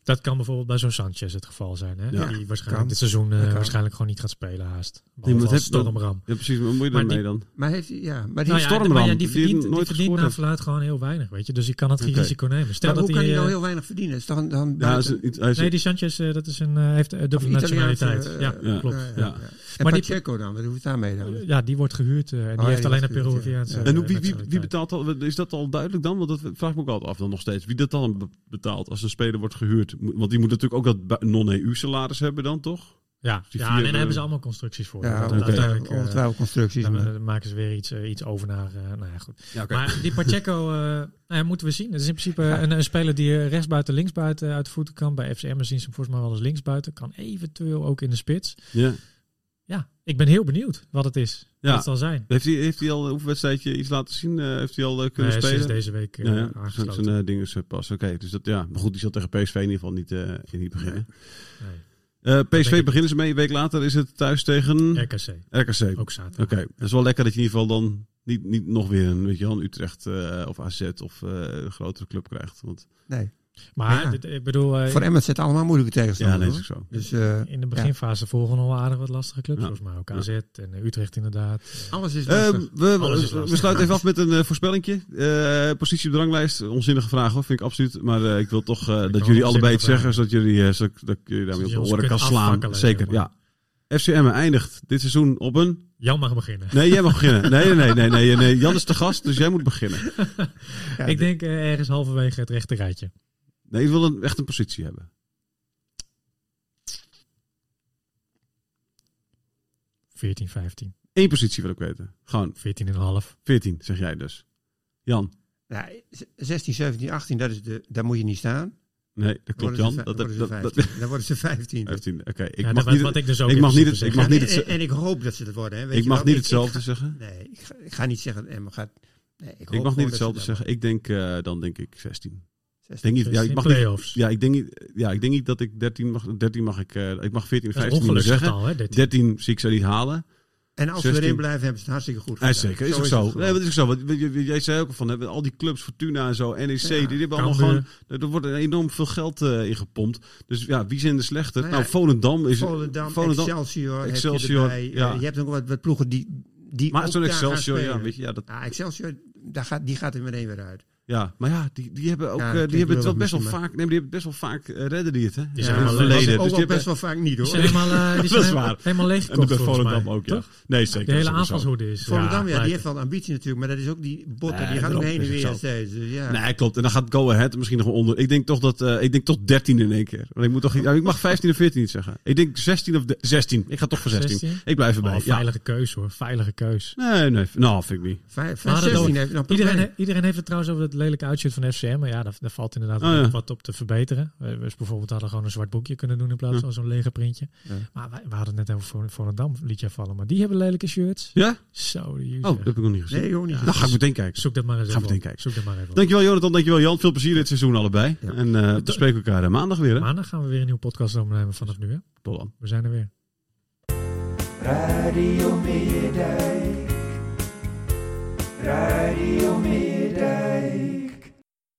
Speaker 4: Dat kan bijvoorbeeld bij zo'n Sanchez het geval zijn. Hè?
Speaker 2: Ja,
Speaker 4: die waarschijnlijk
Speaker 1: kan.
Speaker 4: dit seizoen eh,
Speaker 1: Dat kan.
Speaker 4: waarschijnlijk gewoon niet gaat spelen haast.
Speaker 2: maar
Speaker 4: Behalve
Speaker 2: wat
Speaker 4: als
Speaker 2: heb je dan?
Speaker 4: stormram.
Speaker 2: Ja, precies. Wat moet je
Speaker 4: Maar
Speaker 2: daarmee dan?
Speaker 1: Maar heeft hij, ja, maar die
Speaker 4: Nou ja,
Speaker 2: Stormram,
Speaker 4: maar ja,
Speaker 2: die
Speaker 4: die
Speaker 2: heeft
Speaker 4: verdient, die
Speaker 2: nooit
Speaker 4: verdient
Speaker 2: gescoord
Speaker 4: na
Speaker 2: heeft.
Speaker 4: verluid gewoon heel weinig. Weet je? Dus je kan het geen
Speaker 2: Oké.
Speaker 4: risico nemen. Stel
Speaker 1: Maar
Speaker 4: dat
Speaker 1: hoe kan hij
Speaker 4: eh,
Speaker 1: nou heel weinig verdienen? Is toch een, dan
Speaker 2: Ja, hij is
Speaker 1: buiten-
Speaker 2: een- hij is
Speaker 4: Nee,
Speaker 2: een-
Speaker 4: die Sanchez eh, dat is een, eh, heeft eh, dubbele
Speaker 1: Italiaanse,
Speaker 4: nationaliteit.
Speaker 1: eh,
Speaker 4: ja,
Speaker 2: ja.
Speaker 4: klopt.
Speaker 1: Ja, ja,
Speaker 2: Ja.
Speaker 1: ja. En
Speaker 4: Maar die-
Speaker 1: Pacheco dan, wat hoeft daarmee dan?
Speaker 4: Ja, die wordt gehuurd eh, en
Speaker 2: Oh
Speaker 4: die
Speaker 1: ja,
Speaker 4: heeft
Speaker 1: die
Speaker 4: alleen een
Speaker 1: wordt gehuurd, ja.
Speaker 4: Peruviaanse
Speaker 1: Ja.
Speaker 2: En
Speaker 4: eh,
Speaker 2: hoe- wie, wie, wie
Speaker 4: nationaliteit.
Speaker 2: betaalt al? Is dat al duidelijk dan? Want dat vraag ik me ook altijd af dan nog steeds. Wie dat dan be- betaalt als een speler wordt gehuurd? Mo- Want die moet natuurlijk ook dat bu- non-EU-salaris hebben dan, toch?
Speaker 4: Ja,
Speaker 2: Die
Speaker 4: ja
Speaker 2: vier,
Speaker 4: en daar
Speaker 2: eh,
Speaker 4: hebben ze allemaal constructies voor.
Speaker 1: Ja,
Speaker 4: Want
Speaker 2: oké.
Speaker 4: uiteindelijk, eh,
Speaker 1: ongetwijfeld constructies.
Speaker 4: dan,
Speaker 1: maar-
Speaker 4: eh, maken ze weer iets, eh, iets over naar. eh, nou ja, goed.
Speaker 2: Ja,
Speaker 4: Maar die Pacheco eh, nou ja, moeten we zien. Het is in principe een, een speler die eh, rechtsbuiten, linksbuiten uit de voeten kan. Bij FCM zien ze hem volgens mij wel eens linksbuiten. Kan eventueel ook in de spits.
Speaker 2: ja.
Speaker 4: Ja, ik ben heel benieuwd wat het is.
Speaker 2: Ja.
Speaker 4: Wat het zal zijn.
Speaker 2: Heeft hij heeft hij al een wedstrijdje iets laten zien? Eh, heeft hij al eh, kunnen
Speaker 4: Eh, sinds
Speaker 2: spelen?
Speaker 4: deze week eh,
Speaker 2: Ja, ja, zijn
Speaker 4: aangesloten.
Speaker 2: zijn, eh, dingen zijn pas. Oké, dus dat ja. Maar goed, die zal tegen PSV in ieder geval niet, eh, in niet beginnen.
Speaker 4: Nee.
Speaker 2: Eh,
Speaker 4: denk
Speaker 2: PSV
Speaker 4: ik.
Speaker 2: beginnen ze mee. Een week later is het thuis tegen
Speaker 4: RKC,
Speaker 2: RKC. Oké,
Speaker 4: ook zaterdag.
Speaker 2: dat is wel lekker dat je in ieder geval dan niet, niet nog weer een, weet je wel, een Utrecht eh, of AZ of eh, een grotere club krijgt. Want
Speaker 1: nee.
Speaker 4: Maar
Speaker 1: Ja.
Speaker 4: dit- ik bedoel, eh,
Speaker 1: Voor Emmet zit allemaal moeilijke
Speaker 2: ja,
Speaker 1: tegenstanders.
Speaker 2: nee, is
Speaker 1: hoor.
Speaker 2: ook zo.
Speaker 1: dus eh,
Speaker 4: in de beginfase volgen nog wel aardig wat lastige clubs.
Speaker 2: Ja.
Speaker 4: Volgens mij ook
Speaker 2: Ja.
Speaker 4: AZ en eh, Utrecht inderdaad.
Speaker 1: alles is
Speaker 2: Eh,
Speaker 1: lastig.
Speaker 2: we,
Speaker 4: Alles is
Speaker 2: we- we
Speaker 4: lastig.
Speaker 2: sluiten even af met een eh voorspellingje. Eh, positie op de ranglijst. Onzinnige vraag hoor, vind ik absoluut. Maar eh, ik wil toch eh, dat
Speaker 4: wel
Speaker 2: jullie allebei het
Speaker 4: onzinnige
Speaker 2: zeggen, zodat jullie, eh, zodat, dat ik jullie daarmee
Speaker 4: Zodat
Speaker 2: op
Speaker 4: je
Speaker 2: de
Speaker 4: ons
Speaker 2: oren kan
Speaker 4: kunt
Speaker 2: slaan.
Speaker 4: afvakkelen,
Speaker 2: Zeker,
Speaker 4: zeg
Speaker 2: ja. FC Emmen eindigt dit seizoen op een...
Speaker 4: Jan mag beginnen.
Speaker 2: Nee, jij mag beginnen. Nee, nee, nee, nee, nee. Jan is de gast, dus jij moet beginnen.
Speaker 4: ik denk eh, ergens halverwege het rechte rijtje.
Speaker 2: Nee, ik wil een, echt een positie hebben.
Speaker 4: 14, 15,
Speaker 2: Eén positie wil ik weten. Gewoon
Speaker 4: 14,5.
Speaker 2: 14, zeg jij dus. Jan.
Speaker 1: Nou, z- 16, 17, 18, dat is de, daar moet je niet staan.
Speaker 2: Nee, dat
Speaker 1: Worden
Speaker 2: klopt
Speaker 1: ze
Speaker 2: Jan.
Speaker 1: vij-
Speaker 2: Dat,
Speaker 1: worden
Speaker 2: dat,
Speaker 1: ze
Speaker 2: dat,
Speaker 1: 15. dan worden ze 15.
Speaker 2: 15, Oké, ik
Speaker 4: Ja,
Speaker 2: mag
Speaker 4: dat-
Speaker 2: niet...
Speaker 4: wat
Speaker 2: het-
Speaker 4: ik dus ook
Speaker 2: ik
Speaker 4: in
Speaker 2: mag niet
Speaker 4: principe
Speaker 2: het- ik
Speaker 4: zeg.
Speaker 2: mag niet
Speaker 1: en,
Speaker 2: het-
Speaker 1: en ik hoop dat ze dat worden. Hè. Weet
Speaker 2: Ik
Speaker 1: je
Speaker 2: mag
Speaker 1: wel?
Speaker 2: niet
Speaker 1: Ik-
Speaker 2: hetzelfde
Speaker 1: ik
Speaker 2: zeggen.
Speaker 1: ga- nee, ik ga, ik ga niet zeggen dat Emma gaat... Nee, ik, hoop
Speaker 2: Ik
Speaker 1: gewoon
Speaker 2: mag
Speaker 1: dat
Speaker 2: niet
Speaker 1: ze
Speaker 2: hetzelfde
Speaker 1: dat
Speaker 2: zeggen. Ik denk, eh, dan denk ik 16.
Speaker 1: worden.
Speaker 2: Denk niet, ja, ik
Speaker 4: In
Speaker 2: mag
Speaker 4: play-offs.
Speaker 2: niet, ja, ik denk niet, ja, ik denk niet dat ik 13 mag, 13 mag ik, eh, ik mag 14 en
Speaker 4: Dat is
Speaker 2: 15 niet meer zeggen.
Speaker 4: ongeluksgetal, hè? dit.
Speaker 2: 13 zie ik ze niet halen.
Speaker 1: En als we
Speaker 2: 16.
Speaker 1: erin blijven, hebben ze het hartstikke goed
Speaker 2: Ja,
Speaker 1: gedaan.
Speaker 2: zeker, is ook
Speaker 1: het
Speaker 2: zo.
Speaker 1: gewoon.
Speaker 2: Nee, dat is ook zo. Want je- je- jij zei ook al van, hè, al die clubs, Fortuna en zo, NEC, die hebben allemaal
Speaker 4: Cambuur.
Speaker 2: gewoon, er wordt enorm veel geld eh, in gepompt. Dus ja, wie zijn de slechter?
Speaker 1: Nou
Speaker 2: Nou,
Speaker 1: ja,
Speaker 2: Volendam is...
Speaker 1: Volendam, Excelsior,
Speaker 2: Excelsior,
Speaker 1: heb je, erbij.
Speaker 2: ja.
Speaker 1: Eh, je hebt ook wat, wat ploegen die, die
Speaker 2: maar
Speaker 1: ook
Speaker 2: zo'n
Speaker 1: daar gaan
Speaker 2: Excelsior, ja,
Speaker 1: spelen.
Speaker 2: weet je, ja, dat,
Speaker 1: Ja, Ah, Excelsior, daar gaat, die gaat er meteen weer uit.
Speaker 2: ja. Maar ja, die, die hebben ook,
Speaker 1: Ja,
Speaker 2: eh,
Speaker 1: dat
Speaker 2: die
Speaker 1: klinkt
Speaker 2: hebben het wel
Speaker 1: lullig
Speaker 2: best wel
Speaker 1: misschien,
Speaker 2: vaak, nee, maar die hebben best wel vaak eh, redden die het, hè?
Speaker 4: zijn
Speaker 2: in het
Speaker 4: wel-
Speaker 2: verleden.
Speaker 1: ook
Speaker 2: Dus die
Speaker 1: wel
Speaker 2: hebben,
Speaker 1: best wel vaak niet
Speaker 4: Die
Speaker 1: hoor.
Speaker 4: zijn helemaal, eh, die
Speaker 2: Dat
Speaker 4: zijn
Speaker 2: is waar.
Speaker 4: helemaal
Speaker 2: en
Speaker 4: leeggekocht
Speaker 2: de
Speaker 4: volgens
Speaker 2: Volendam
Speaker 4: mij,
Speaker 2: ook, ja.
Speaker 4: toch?
Speaker 2: Nee, zeker.
Speaker 4: De
Speaker 2: dat
Speaker 4: hele
Speaker 2: is ook zo.
Speaker 4: aanvalshoede is...
Speaker 1: Dus Volendam, ja, die
Speaker 4: lijkt
Speaker 1: heeft wel ambitie natuurlijk, maar dat is ook die botten,
Speaker 2: Nee,
Speaker 1: die gaat
Speaker 2: daarom,
Speaker 1: ook heen en
Speaker 2: dat is
Speaker 1: weer
Speaker 2: zo.
Speaker 1: steeds. Dus ja.
Speaker 2: Nee, klopt. En dan gaat Go Ahead er misschien nog onder. Ik denk toch dat eh, ik denk toch 13 in één keer. Want ik moet toch niet- ja, ik mag 15 of 14 niet zeggen. Ik denk 16 of de- 16. Ik ga toch voor 16.
Speaker 4: 16?
Speaker 2: Ik blijf
Speaker 4: Oh,
Speaker 2: erbij. ja.
Speaker 4: veilige keus hoor, veilige keus.
Speaker 2: Nee, nee. Nou, vind ik niet.
Speaker 1: Vijf- vijf,
Speaker 4: Maar dat
Speaker 1: 16
Speaker 4: ook.
Speaker 1: heeft nou,
Speaker 2: nou,
Speaker 1: nog
Speaker 4: Iedereen,
Speaker 1: problemen.
Speaker 4: he- iedereen heeft het trouwens over het lelijke uitshirt van FCM. Maar ja, daar, daar valt inderdaad
Speaker 2: Oh, ja.
Speaker 4: nog wat op te verbeteren. We, we bijvoorbeeld hadden gewoon een zwart boekje kunnen doen in plaats
Speaker 2: Ja.
Speaker 4: van zo'n lege printje.
Speaker 1: Ja.
Speaker 4: Maar wij, we hadden het net over Vol- Volendam liet jij vallen. Maar die hebben lelijke shirts.
Speaker 2: Ja?
Speaker 4: Zo, die
Speaker 2: Oh,
Speaker 4: user.
Speaker 2: dat heb ik nog niet gezien.
Speaker 1: Nee, joh, niet.
Speaker 2: Nou, ga ik meteen kijken.
Speaker 4: Zoek dat maar eens
Speaker 2: Gaan we
Speaker 4: even
Speaker 2: meteen
Speaker 4: op.
Speaker 2: kijken.
Speaker 4: Zoek dat maar even op.
Speaker 2: Dankjewel Jonathan, dankjewel Jan. Veel plezier dit seizoen allebei.
Speaker 1: Ja.
Speaker 2: En eh we spreken elkaar eh, maandag weer. Hè?
Speaker 4: Maandag gaan we weer een nieuwe podcast opnemen vanaf nu. Hè?
Speaker 2: Tot dan.
Speaker 4: We zijn er weer.
Speaker 3: Radio Meerdijk. Radio Meerdijk.